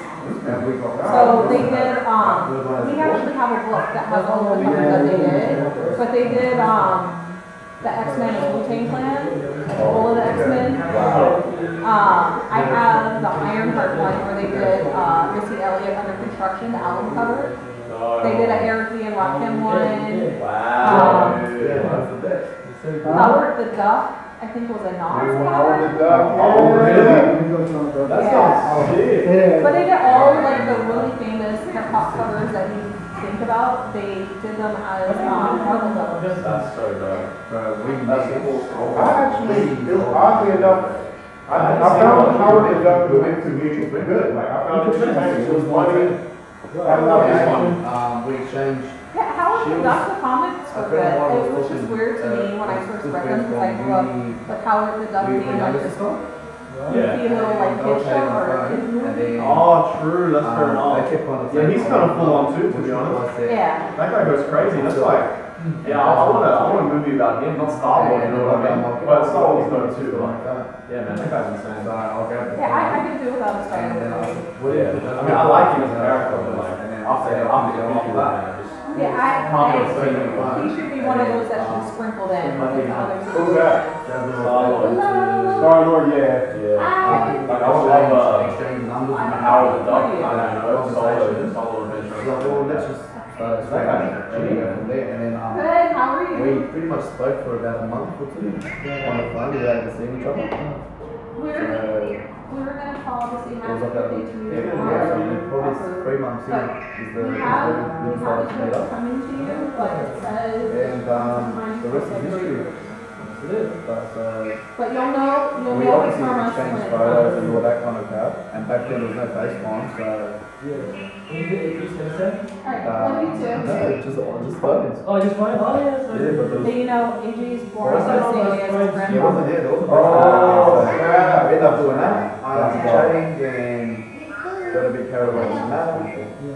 [SPEAKER 4] So they did, um, we actually have a book that has all of the covers that they did, but they did, um, the X-Men and Wu-Tang Clan, like all of the X-Men. Um, I have the Ironheart one where they did, uh, Missy Elliott Under Construction, the album cover. They did a Eric B. and Rakim one.
[SPEAKER 2] Wow.
[SPEAKER 4] Um,
[SPEAKER 2] dude.
[SPEAKER 4] Howard the Duff, I think was a Nas cover.
[SPEAKER 2] Oh, really? That
[SPEAKER 4] Yeah.
[SPEAKER 2] sounds sick.
[SPEAKER 4] But they did all like the really famous hip hop covers that you think about. They did them as um, Marvel covers.
[SPEAKER 2] That's so dope.
[SPEAKER 6] Uh,
[SPEAKER 2] That's a
[SPEAKER 6] That's
[SPEAKER 2] cool store.
[SPEAKER 3] I actually, oddly enough, I, I found Howard and Doug related to me, but good, like, I found it entertaining, it was funny. I love this one.
[SPEAKER 6] Um, we changed.
[SPEAKER 4] Yeah, Howard the Duck, the comics
[SPEAKER 6] I
[SPEAKER 4] were
[SPEAKER 6] read one
[SPEAKER 4] good. It was
[SPEAKER 6] was
[SPEAKER 4] just
[SPEAKER 6] looking,
[SPEAKER 4] weird to me
[SPEAKER 6] uh,
[SPEAKER 4] when I first
[SPEAKER 6] this
[SPEAKER 4] read them because I grew
[SPEAKER 6] one,
[SPEAKER 4] up with Howard the Duck
[SPEAKER 6] We, we
[SPEAKER 4] being like this
[SPEAKER 6] noticed something.
[SPEAKER 4] goofy little like kid show or kid
[SPEAKER 6] And
[SPEAKER 4] movie.
[SPEAKER 6] then,
[SPEAKER 2] Oh, true. That's fair
[SPEAKER 6] um,
[SPEAKER 2] enough.
[SPEAKER 6] they kept on the
[SPEAKER 2] Yeah,
[SPEAKER 6] same
[SPEAKER 2] he's kind of
[SPEAKER 6] one.
[SPEAKER 2] full on too, to
[SPEAKER 6] Which
[SPEAKER 2] be
[SPEAKER 6] one
[SPEAKER 2] honest.
[SPEAKER 6] was it?
[SPEAKER 4] Yeah.
[SPEAKER 2] That guy goes crazy. That's like. Yeah, I, I want to. I want a movie about him, not Star Wars. You know what I mean? But Star Wars known too. Like, yeah, man, that guy's insane.
[SPEAKER 6] So I'll grab the.
[SPEAKER 4] Yeah, I, I could do without a Star
[SPEAKER 6] And then,
[SPEAKER 4] Wars movie.
[SPEAKER 6] uh, what is it?
[SPEAKER 2] I mean, I like him as an actor, but like, after that, I'm the only one.
[SPEAKER 4] Yeah, I, I,
[SPEAKER 2] Compensating.
[SPEAKER 4] he should be one of those that should be sprinkled in with others.
[SPEAKER 3] Who's that?
[SPEAKER 4] Hello.
[SPEAKER 3] Star Lord, yeah.
[SPEAKER 2] Yeah.
[SPEAKER 4] Hi.
[SPEAKER 2] Like, I would love uh,
[SPEAKER 6] Exchange numbers.
[SPEAKER 2] a Howard the Duck. I don't know, solo, solo adventure.
[SPEAKER 6] So, well, let's just, uh, start that. And then, from there, and then, um,
[SPEAKER 4] Good, how are you?
[SPEAKER 6] We pretty much spoke for about a month or two on the phone without seeing each other.
[SPEAKER 4] We were, we were gonna call to see
[SPEAKER 6] It
[SPEAKER 4] how
[SPEAKER 6] uh, was
[SPEAKER 4] it's
[SPEAKER 6] like that,
[SPEAKER 4] going to
[SPEAKER 6] yeah, yeah, probably three months in is the,
[SPEAKER 4] We
[SPEAKER 6] is
[SPEAKER 4] have,
[SPEAKER 6] the,
[SPEAKER 4] we
[SPEAKER 6] is
[SPEAKER 4] have a
[SPEAKER 6] made
[SPEAKER 4] check
[SPEAKER 6] up.
[SPEAKER 4] coming to you, but it says,
[SPEAKER 6] And, um, the rest is history. It is, but, uh,
[SPEAKER 4] but you'll know, you'll
[SPEAKER 6] we
[SPEAKER 4] know it's
[SPEAKER 6] obviously
[SPEAKER 4] from us
[SPEAKER 6] exchanged
[SPEAKER 4] when.
[SPEAKER 6] photos and all that kind of stuff, and back then there was no FaceTime, so,
[SPEAKER 5] Yeah. You did it, you said so?
[SPEAKER 4] Alright,
[SPEAKER 6] uh,
[SPEAKER 4] love you
[SPEAKER 6] no,
[SPEAKER 4] too.
[SPEAKER 6] just, just phones.
[SPEAKER 5] Oh, just one? Oh, yeah, that's
[SPEAKER 6] Yeah,
[SPEAKER 5] right.
[SPEAKER 6] but there was,
[SPEAKER 4] But you know, AJ is born
[SPEAKER 5] What's that
[SPEAKER 4] on the same day
[SPEAKER 5] on the
[SPEAKER 4] as
[SPEAKER 5] slides?
[SPEAKER 4] his
[SPEAKER 6] it
[SPEAKER 4] grandma.
[SPEAKER 6] wasn't there, there was a
[SPEAKER 3] Oh,
[SPEAKER 6] I
[SPEAKER 3] yeah.
[SPEAKER 6] ended up doing that, I
[SPEAKER 3] That's
[SPEAKER 6] changed and got a bit carried away from that.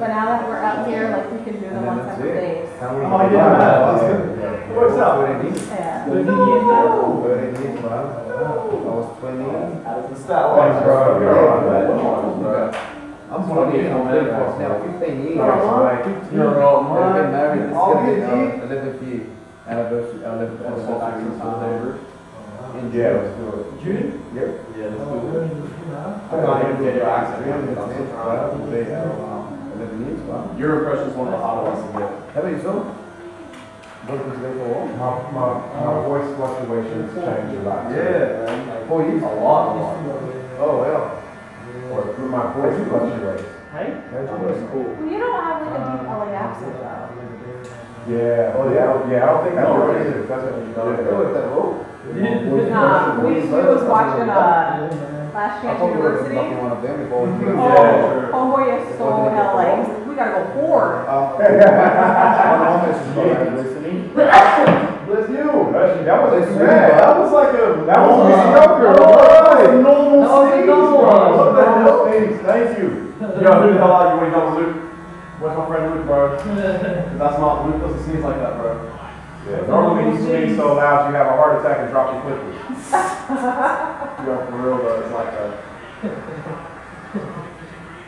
[SPEAKER 4] But now that we're out here, like, we can do the one time days.
[SPEAKER 6] Oh,
[SPEAKER 2] yeah, man.
[SPEAKER 6] yeah.
[SPEAKER 2] What's up?
[SPEAKER 4] Yeah.
[SPEAKER 5] Thirty years now?
[SPEAKER 6] I was 20.
[SPEAKER 2] That's the stat line, bro. You're alright, man.
[SPEAKER 6] I'm going to get some
[SPEAKER 2] Twenty-eight.
[SPEAKER 6] now, fifteen years.
[SPEAKER 3] Right.
[SPEAKER 6] You're wrong,
[SPEAKER 5] We've been married, this
[SPEAKER 6] All
[SPEAKER 5] is
[SPEAKER 6] these
[SPEAKER 5] gonna
[SPEAKER 6] years?
[SPEAKER 5] be our eleventh year anniversary, our eleventh anniversary. In
[SPEAKER 3] Yeah,
[SPEAKER 5] jail.
[SPEAKER 3] let's do it.
[SPEAKER 2] Judy?
[SPEAKER 6] Yep.
[SPEAKER 2] Yeah, let's do it.
[SPEAKER 6] I got him to Eleven years, wow.
[SPEAKER 2] Your impression's one of the hot ones to get.
[SPEAKER 6] How about yourself? What was there for a while?
[SPEAKER 3] My, my, my voice fluctuations change a lot.
[SPEAKER 6] Yeah, man. Like, Four years.
[SPEAKER 2] A lot, a lot.
[SPEAKER 6] Oh, well.
[SPEAKER 3] Or through my voice fluctuates.
[SPEAKER 2] Hey?
[SPEAKER 3] That's cool.
[SPEAKER 4] You don't have like a deep LA accent though.
[SPEAKER 3] Yeah, oh, yeah, I don't- yeah, I don't think I
[SPEAKER 6] No,
[SPEAKER 3] do
[SPEAKER 6] right.
[SPEAKER 3] either. That's what you
[SPEAKER 6] Yeah, it
[SPEAKER 3] know.
[SPEAKER 6] was that old.
[SPEAKER 4] Nah, we, we was watching, uh, Last
[SPEAKER 5] I
[SPEAKER 4] Chance
[SPEAKER 5] thought we were
[SPEAKER 4] University.
[SPEAKER 5] gonna knock one of them before. we
[SPEAKER 4] Oh,
[SPEAKER 5] do it.
[SPEAKER 2] sure.
[SPEAKER 4] homeboy is so LA, He's like, we gotta go forward.
[SPEAKER 6] Um, my mom is not listening.
[SPEAKER 3] Bless you. Bless you. That was
[SPEAKER 6] Bless
[SPEAKER 3] a
[SPEAKER 6] you.
[SPEAKER 3] man. That was like a, that was
[SPEAKER 6] Oh,
[SPEAKER 3] a joker.
[SPEAKER 6] oh,
[SPEAKER 3] Right.
[SPEAKER 6] normal
[SPEAKER 3] That was a
[SPEAKER 6] sneeze,
[SPEAKER 3] normal
[SPEAKER 6] bro.
[SPEAKER 3] one.
[SPEAKER 6] What the hell?
[SPEAKER 3] Normal sneeze. Thank you.
[SPEAKER 2] Yo, who the hell are you? What do you got with Luke? Where's my friend Luke, bro? 'Cause that's not, Luke doesn't sneeze like that, bro.
[SPEAKER 3] Yeah, normally you sneeze so loud you have a heart attack and drop your clippers.
[SPEAKER 2] Yo, for real, bro, it's like that.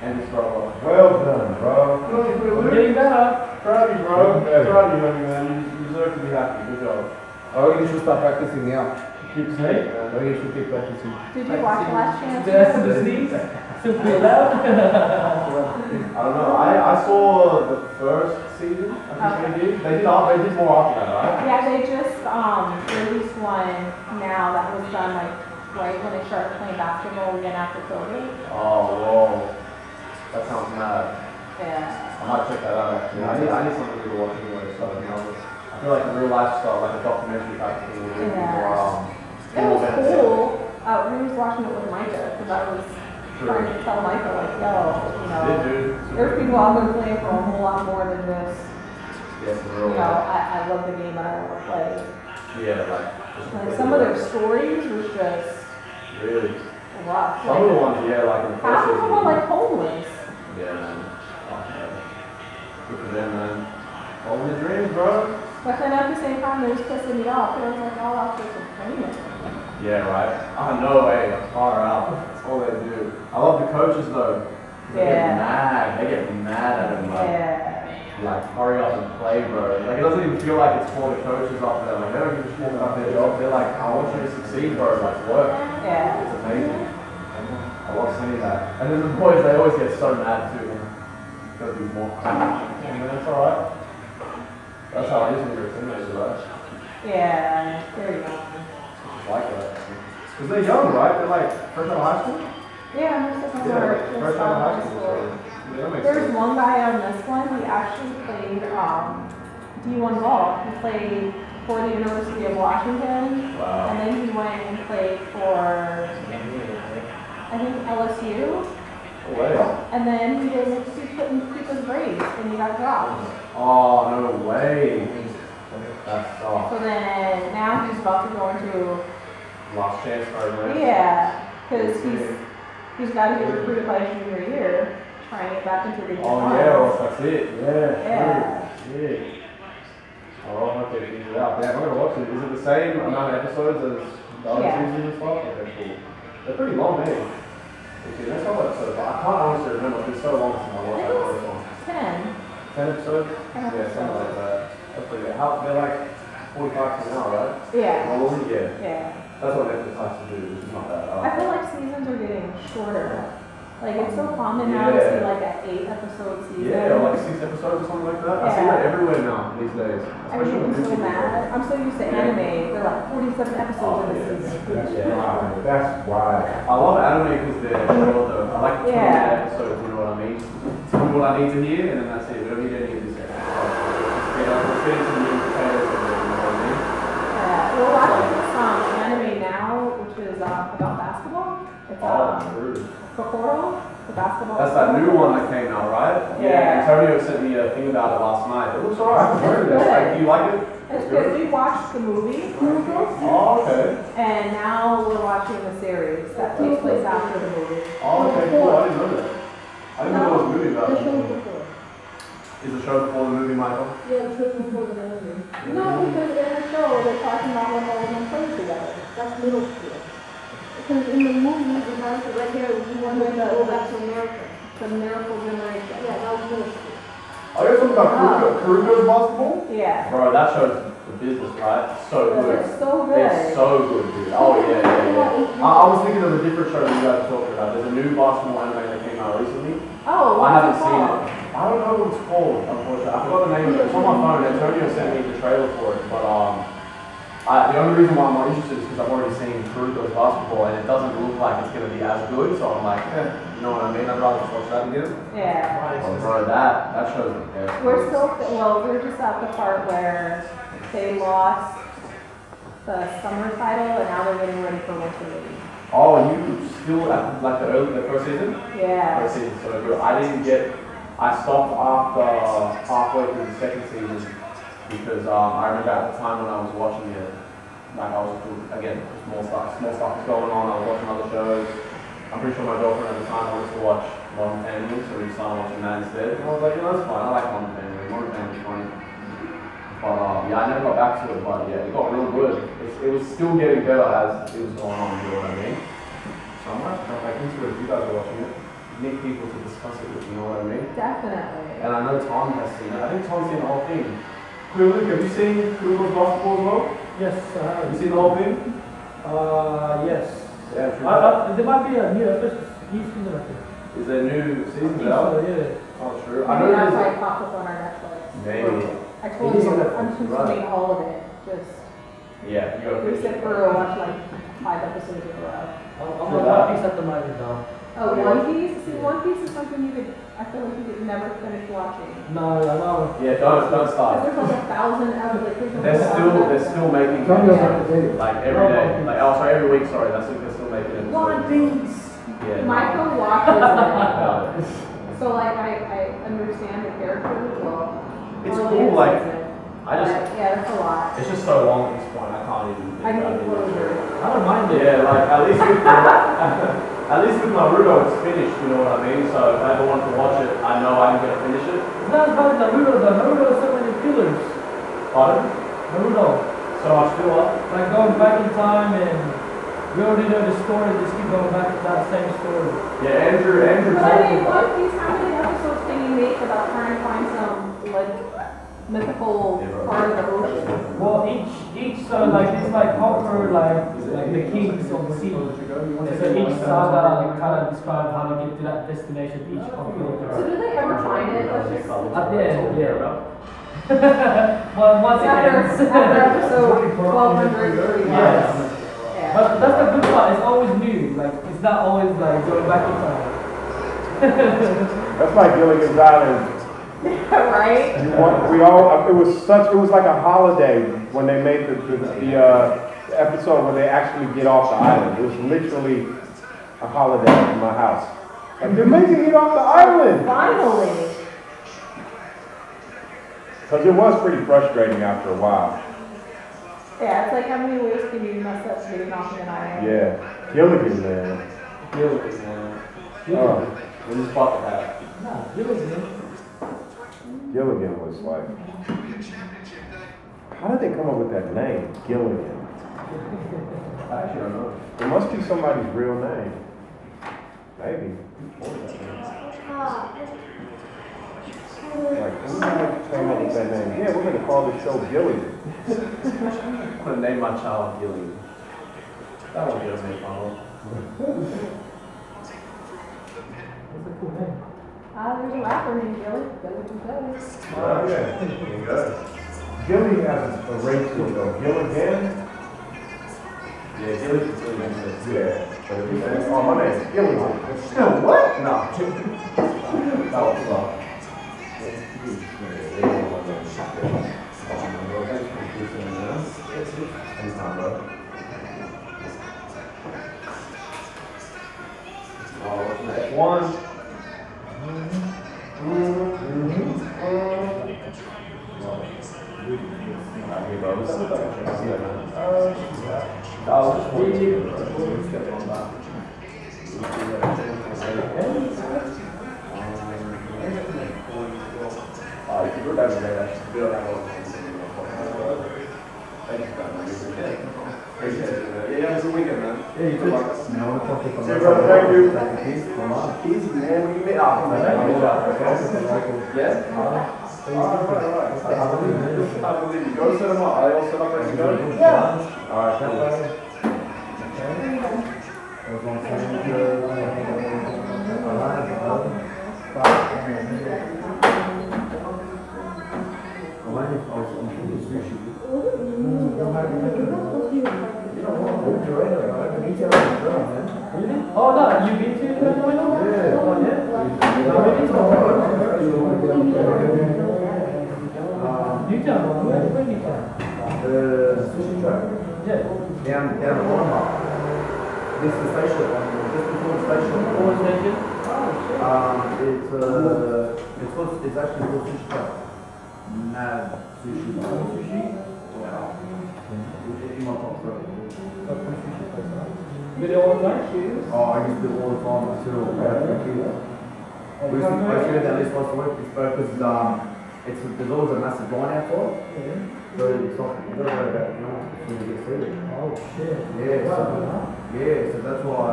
[SPEAKER 2] And it's bro.
[SPEAKER 3] Well done, bro.
[SPEAKER 2] Getting better. Proud of you, bro.
[SPEAKER 3] Okay.
[SPEAKER 2] Proud of you, young man. You deserve to be happy. Good job.
[SPEAKER 5] I reckon you should start practicing now.
[SPEAKER 2] Keep safe,
[SPEAKER 5] I
[SPEAKER 2] man.
[SPEAKER 5] reckon you should keep practicing.
[SPEAKER 4] Did you watch Last Chance?
[SPEAKER 2] I don't know. I, I saw the first season. I think they did. They did, all- they did more after that, right?
[SPEAKER 4] Yeah, they just, um, released one now that was done like right when they started playing basketball again after COVID.
[SPEAKER 2] Oh, whoa. That sounds mad.
[SPEAKER 4] Yeah.
[SPEAKER 2] I might check that out actually. I need, I need something to watch anyway. So, you know, I feel like real life stuff, like a documentary type thing, would be
[SPEAKER 4] Yeah.
[SPEAKER 2] more, um,
[SPEAKER 4] It was
[SPEAKER 2] more benefit.
[SPEAKER 4] cool. Uh, we was watching it with Micah because I was trying to tell Micah like, yo, you
[SPEAKER 2] Yeah,
[SPEAKER 4] know,
[SPEAKER 2] dude. It's
[SPEAKER 4] there's people out there playing for a whole lot more than this.
[SPEAKER 2] Yeah, for
[SPEAKER 4] You
[SPEAKER 2] real.
[SPEAKER 4] know, I, I love the game and I want to play.
[SPEAKER 2] Yeah, like. just
[SPEAKER 4] Like
[SPEAKER 2] really
[SPEAKER 4] some of
[SPEAKER 2] like-
[SPEAKER 4] their stories was just
[SPEAKER 2] Really.
[SPEAKER 4] rough.
[SPEAKER 2] Some of the
[SPEAKER 4] Like,
[SPEAKER 2] ones, yeah, like in the first
[SPEAKER 4] half of
[SPEAKER 2] season.
[SPEAKER 4] them were um like homeless.
[SPEAKER 2] Yeah, man. Oh, man. Good for them, man. Following the dreams, bro.
[SPEAKER 4] But then at the same time, they was pissing me off. It was like all out there complaining.
[SPEAKER 2] Yeah, right. I know, hey, far out. That's all they do. I love the coaches, though. 'cause They get
[SPEAKER 4] Yeah.
[SPEAKER 2] mad. They get mad at them, like,
[SPEAKER 4] Yeah.
[SPEAKER 2] like, hurry up and play, bro. Like, it doesn't even feel like it's for the coaches after that. Like, they don't give a shit about their job. They're like, I want you to succeed, bro. Like, work.
[SPEAKER 4] Yeah.
[SPEAKER 2] It's amazing. I love seeing that. And then the boys, they always get so mad too. Gotta be more. And that's alright. That's how it is when you're a teenager, right?
[SPEAKER 4] Yeah. There you go.
[SPEAKER 2] It's like that. Because they're young, right? They're like fresh out of high school?
[SPEAKER 4] Yeah, most of them were
[SPEAKER 2] like,
[SPEAKER 4] just
[SPEAKER 2] fresh out
[SPEAKER 4] out
[SPEAKER 2] of
[SPEAKER 4] of
[SPEAKER 2] high school.
[SPEAKER 4] school.
[SPEAKER 2] so- Yeah, that makes
[SPEAKER 4] There's
[SPEAKER 2] sense.
[SPEAKER 4] one guy on this one, he actually played um, D1 ball. He played for the University of Washington, and
[SPEAKER 2] Wow.
[SPEAKER 4] then he went and played for, I think, LSU.
[SPEAKER 2] No way.
[SPEAKER 4] And then he didn't, he couldn't keep his grades, and he got dropped.
[SPEAKER 2] Oh, no way. That's oh. soft.
[SPEAKER 4] So then now he's about to go into,
[SPEAKER 2] Last chance program.
[SPEAKER 4] yeah, because he's, he's got to get recruited by junior year, trying to get back into the
[SPEAKER 2] Oh, yeah, well, that's it. Yeah.
[SPEAKER 4] Yeah.
[SPEAKER 2] Shit. Oh, well, I'm gonna figure it out. Damn, I'm gonna watch it. Is it the same amount of episodes as the other
[SPEAKER 4] Yeah.
[SPEAKER 2] seasons and stuff? Okay, cool. They're pretty long, eh? Okay, that's all episodes. I can't honestly remember. It's been so long since I
[SPEAKER 4] I
[SPEAKER 2] watched
[SPEAKER 4] think
[SPEAKER 2] that
[SPEAKER 4] it
[SPEAKER 2] first
[SPEAKER 4] was
[SPEAKER 2] one.
[SPEAKER 4] 10.
[SPEAKER 2] Ten episodes?
[SPEAKER 4] Ten
[SPEAKER 2] Yeah, something like
[SPEAKER 4] episodes.
[SPEAKER 2] that. That's pretty good. How, they're like 45 to an hour, right?
[SPEAKER 4] Yeah.
[SPEAKER 2] How long? Yeah.
[SPEAKER 4] Yeah.
[SPEAKER 2] That's what Netflix has to do, which is not that. I
[SPEAKER 4] I
[SPEAKER 2] like
[SPEAKER 4] feel
[SPEAKER 2] that.
[SPEAKER 4] like seasons are getting shorter. Like it's so common now to
[SPEAKER 2] Yeah.
[SPEAKER 4] see like an eight episode season.
[SPEAKER 2] Yeah, or like six episodes or something like that. I see
[SPEAKER 4] Yeah.
[SPEAKER 2] that everywhere now these days.
[SPEAKER 4] I mean,
[SPEAKER 2] Especially
[SPEAKER 4] I'm
[SPEAKER 2] with
[SPEAKER 4] so
[SPEAKER 2] YouTube.
[SPEAKER 4] mad. I'm so used to anime. They're like 47 episodes in a season.
[SPEAKER 3] That's
[SPEAKER 2] Oh, Yeah.
[SPEAKER 3] wild. That's wild.
[SPEAKER 2] I love anime because they're short though. I like 20
[SPEAKER 4] Yeah.
[SPEAKER 2] minute episodes, you know what I mean? Tell me what I need to hear, and then that's it. We don't need any of this extra stuff. You know, let's get into the meat and potatoes of it, you know what I mean?
[SPEAKER 4] Yeah. We're watching this um, anime now, which is uh, about basketball. It's
[SPEAKER 2] Oh,
[SPEAKER 4] um,
[SPEAKER 2] true.
[SPEAKER 4] Kokoro, the basketball.
[SPEAKER 2] That's that new one that came out, right?
[SPEAKER 4] Yeah.
[SPEAKER 2] Antonio sent me a thing about it last night. It looks alright. Like, do you like it?
[SPEAKER 4] It's good. We watched the movie,
[SPEAKER 2] Oh, okay.
[SPEAKER 4] and now we're watching the series that takes place after the movie.
[SPEAKER 2] Oh, okay, cool. I didn't know that. I didn't know there was a movie about it. Is the show before the movie, Michael?
[SPEAKER 4] No, because in the show they're talking about when they were going to play together.
[SPEAKER 8] That's middle
[SPEAKER 4] oh,
[SPEAKER 8] school. Because in the movie, the monster right here, we want to go back to America.
[SPEAKER 4] The miracle generation. Yeah, that was really.
[SPEAKER 6] Oh, you're talking about Karuka,
[SPEAKER 2] Ah.
[SPEAKER 6] Karuka's basketball?
[SPEAKER 4] Yeah.
[SPEAKER 2] Bro, that show's the business, right? It's So good.
[SPEAKER 4] It's so good.
[SPEAKER 2] It's so good, dude. Oh, yeah, yeah, yeah. I, I was thinking of a different show that you guys were talking about. There's a new basketball anime that came out recently.
[SPEAKER 4] oh,
[SPEAKER 2] I haven't
[SPEAKER 4] what's
[SPEAKER 2] seen
[SPEAKER 4] called?
[SPEAKER 2] it. I don't know what it's called, unfortunately. I forgot the name of it. It's on my phone. Antonio sent me the trailer for it, but um, I, the only reason why I'm not interested is because I've already seen Karuka's basketball, and it doesn't look like it's going to be as good. So I'm like, eh, you know what I mean? I'd rather just watch that again.
[SPEAKER 4] Yeah.
[SPEAKER 2] Oh, bro, that that shows me there.
[SPEAKER 4] We're still, well, we're just at the part where they lost the summer title and now they're getting ready for winter league.
[SPEAKER 2] Oh, and you still at like the early the first season? First
[SPEAKER 4] Yeah.
[SPEAKER 2] season, so good. I didn't get. I stopped after halfway through the second season because um, I remember at the time when I was watching it, like I was doing- again small stuff, small stuff was going on. I was watching other shows. I'm pretty sure my girlfriend at the time wanted to watch Modern Family, so we started watching that instead. And I was like, you know, that's fine. I like Modern Family. Modern Family's funny. But um, yeah, I never got back to it. But yeah, it got real good. It's, it was still getting better as it was going on. You know what I mean? So I'm gonna come back into it if you guys are watching it. Need people to discuss it with, you know what I mean?
[SPEAKER 4] Definitely.
[SPEAKER 2] And I know Tom has seen it. I think Tom's seen the whole thing. Quill, Luke, have you seen Quill's basketball as well?
[SPEAKER 8] Yes, I
[SPEAKER 2] Have
[SPEAKER 8] have.
[SPEAKER 2] you seen the whole thing?
[SPEAKER 8] Uh, yes.
[SPEAKER 2] Yeah,
[SPEAKER 8] Uh, uh, there might be a new episode. He's in the
[SPEAKER 2] Is there new season out?
[SPEAKER 8] Yeah.
[SPEAKER 2] Oh, true. I
[SPEAKER 4] Maybe
[SPEAKER 2] know
[SPEAKER 4] that's
[SPEAKER 2] there's.
[SPEAKER 4] why it popped up on our Netflix.
[SPEAKER 2] Maybe.
[SPEAKER 4] I told
[SPEAKER 2] It is
[SPEAKER 4] you,
[SPEAKER 2] on
[SPEAKER 4] I'm
[SPEAKER 2] Netflix, right.
[SPEAKER 4] consuming all of it, just,
[SPEAKER 2] Yeah, you gotta
[SPEAKER 4] we
[SPEAKER 2] finish
[SPEAKER 4] sit
[SPEAKER 2] it.
[SPEAKER 4] for a watch like five episodes in a row.
[SPEAKER 8] I'm, I'm
[SPEAKER 2] For
[SPEAKER 8] on
[SPEAKER 2] that.
[SPEAKER 8] One Piece at the moment now.
[SPEAKER 4] Oh,
[SPEAKER 2] Yeah.
[SPEAKER 4] One Piece, see, One Piece is something you could, I feel like you could never finish watching.
[SPEAKER 8] No, I know.
[SPEAKER 2] Yeah, don't, don't
[SPEAKER 4] Cause
[SPEAKER 2] start.
[SPEAKER 4] there's like a thousand of like. there's a
[SPEAKER 2] They're
[SPEAKER 4] whole
[SPEAKER 2] still,
[SPEAKER 4] thousand.
[SPEAKER 2] they're still making
[SPEAKER 1] Some
[SPEAKER 2] it.
[SPEAKER 1] of them are dated.
[SPEAKER 2] Like every day. Like, oh, sorry, every week, sorry. That's it. They're still making it.
[SPEAKER 7] One Piece.
[SPEAKER 2] Yeah.
[SPEAKER 4] Michael Walker's
[SPEAKER 2] Yeah.
[SPEAKER 4] in it. So like, I, I understand the character well.
[SPEAKER 2] It's
[SPEAKER 4] Well,
[SPEAKER 2] cool,
[SPEAKER 4] it's-
[SPEAKER 2] like, I just.
[SPEAKER 4] But, yeah, that's a lot.
[SPEAKER 2] It's just so long at this point, I can't even.
[SPEAKER 4] I need closure.
[SPEAKER 8] I don't mind it.
[SPEAKER 2] Yeah, like at least with my, at least with my Rugo, it's finished. You know what I mean? So if I ever want to watch it, I know I'm gonna finish it.
[SPEAKER 8] It's not about Naruto. The Naruto has so many fillers.
[SPEAKER 2] Pardon?
[SPEAKER 8] Naruto.
[SPEAKER 2] So I still up.
[SPEAKER 8] Like going back in time and we already know the story. Just keep going back to that same story.
[SPEAKER 2] Yeah, Andrew, Andrew
[SPEAKER 4] But I
[SPEAKER 2] told me.
[SPEAKER 4] mean, One Piece, how many episodes can you make about trying to find some like mythical part of the ocean?
[SPEAKER 8] Well, each each uh, like it's like proper like like the kings of the sea. So each saga like, kind of describe how to get to that destination. Each
[SPEAKER 4] So
[SPEAKER 8] popular.
[SPEAKER 4] do they ever find it? Let's just.
[SPEAKER 8] At the end, yeah. well, once it ends.
[SPEAKER 4] After, after episode twelve hundred thirty.
[SPEAKER 8] yes.
[SPEAKER 4] Yeah.
[SPEAKER 8] But that's the good part. It's always new. Like it's not always like going back in time.
[SPEAKER 3] That's like Gilligan's Island.
[SPEAKER 4] Right?
[SPEAKER 3] You want, we all, it was such, it was like a holiday when they made the, the, the, uh, the episode where they actually get off the island. It was literally a holiday in my house. Like, they're making it off the island!
[SPEAKER 4] Finally.
[SPEAKER 3] Because it was pretty frustrating after a while.
[SPEAKER 4] Yeah, it's like how many ways can you mess up getting off an island?
[SPEAKER 3] Yeah. Gilligan, man.
[SPEAKER 2] Gilligan, man.
[SPEAKER 3] Oh,
[SPEAKER 2] This is bucket hat.
[SPEAKER 8] No, it was new.
[SPEAKER 3] Gilligan was like. How did they come up with that name, Gilligan?
[SPEAKER 2] I actually don't know.
[SPEAKER 3] It must be somebody's real name. Maybe. Like, who the hell came up with that name? Yeah, we're gonna call this show Gilligan.
[SPEAKER 2] I'm gonna name my child Gillian. That won't be a big problem.
[SPEAKER 8] That's a cool name.
[SPEAKER 4] Ah, there's a rapper named Billy, Billy Joe.
[SPEAKER 6] Okay, there you go.
[SPEAKER 3] Gilligan has a race to it though. Gilligan?
[SPEAKER 2] Yeah, Gilligan's really good.
[SPEAKER 3] Yeah. But if you say, oh, my name's Gilligan. It's still
[SPEAKER 2] No.
[SPEAKER 3] what?
[SPEAKER 2] That was love.
[SPEAKER 6] Anytime, bro.
[SPEAKER 2] One.
[SPEAKER 6] Alright, here, bro. Let's-
[SPEAKER 2] Yeah, yeah, it's a weekend, man. Yeah, you too. place.
[SPEAKER 6] Now we're talking about.
[SPEAKER 3] Say, brother, thank you.
[SPEAKER 6] Like a piece for life.
[SPEAKER 2] Keys, man, we made off. Yes?
[SPEAKER 6] I believe it.
[SPEAKER 2] I believe you. Go set them up. Are they all set up ready to go?
[SPEAKER 6] Yeah. All right, cool. I was gonna say, uh, alive, alive. Alive, I was on the sushi. You know what? Open your radar, I can eat it out of the ground, man.
[SPEAKER 8] Really? Oh, no, you been to Illinois?
[SPEAKER 6] Yeah.
[SPEAKER 8] Oh, yeah. No, really?
[SPEAKER 6] Um,
[SPEAKER 8] You tell me. Where where you tell?
[SPEAKER 6] uh, The sushi truck.
[SPEAKER 8] Yeah.
[SPEAKER 6] down down the Walmart. This is the station, this is called station.
[SPEAKER 8] What was that? shit?
[SPEAKER 6] Um, it's uh, it's called, it's actually called sushi shop. Mad sushi. Sushi? Wow. It's in my top three.
[SPEAKER 8] Video online? Yes.
[SPEAKER 6] Oh, I used to do all the time too. We used to, I used to go down this once a week, it's because um, it's there's always a massive line out for it.
[SPEAKER 8] Mm-hmm.
[SPEAKER 6] So it's not, you don't worry about it, you know, it's gonna get seated.
[SPEAKER 8] Oh, shit.
[SPEAKER 6] Yeah, so, yeah, so that's why,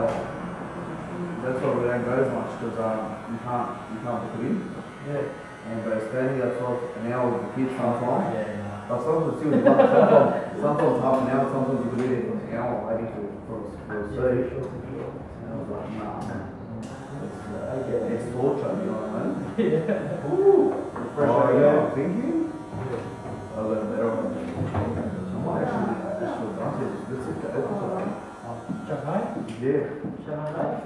[SPEAKER 6] that's why we don't go as much, because, um, you can't, you can't book it in. Yeah. And but it's standing up for an hour with the kids sometimes.
[SPEAKER 8] Yeah.
[SPEAKER 6] But sometimes it's still, sometimes, sometimes half an hour, sometimes you could be there for an hour waiting for, for, for a seat. And I was like, nah, man. It's, uh, it's torture, you know what I mean?
[SPEAKER 8] Yeah.
[SPEAKER 6] Oh, yeah, thinking? I learned that on. I might actually, this was, I said, this is the episode.
[SPEAKER 8] Shanghai?
[SPEAKER 6] Yeah.
[SPEAKER 8] Shanghai.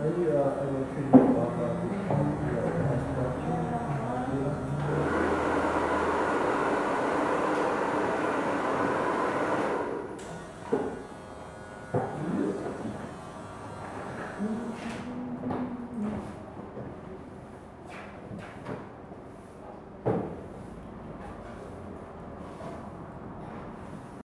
[SPEAKER 8] Are you, uh, are you treating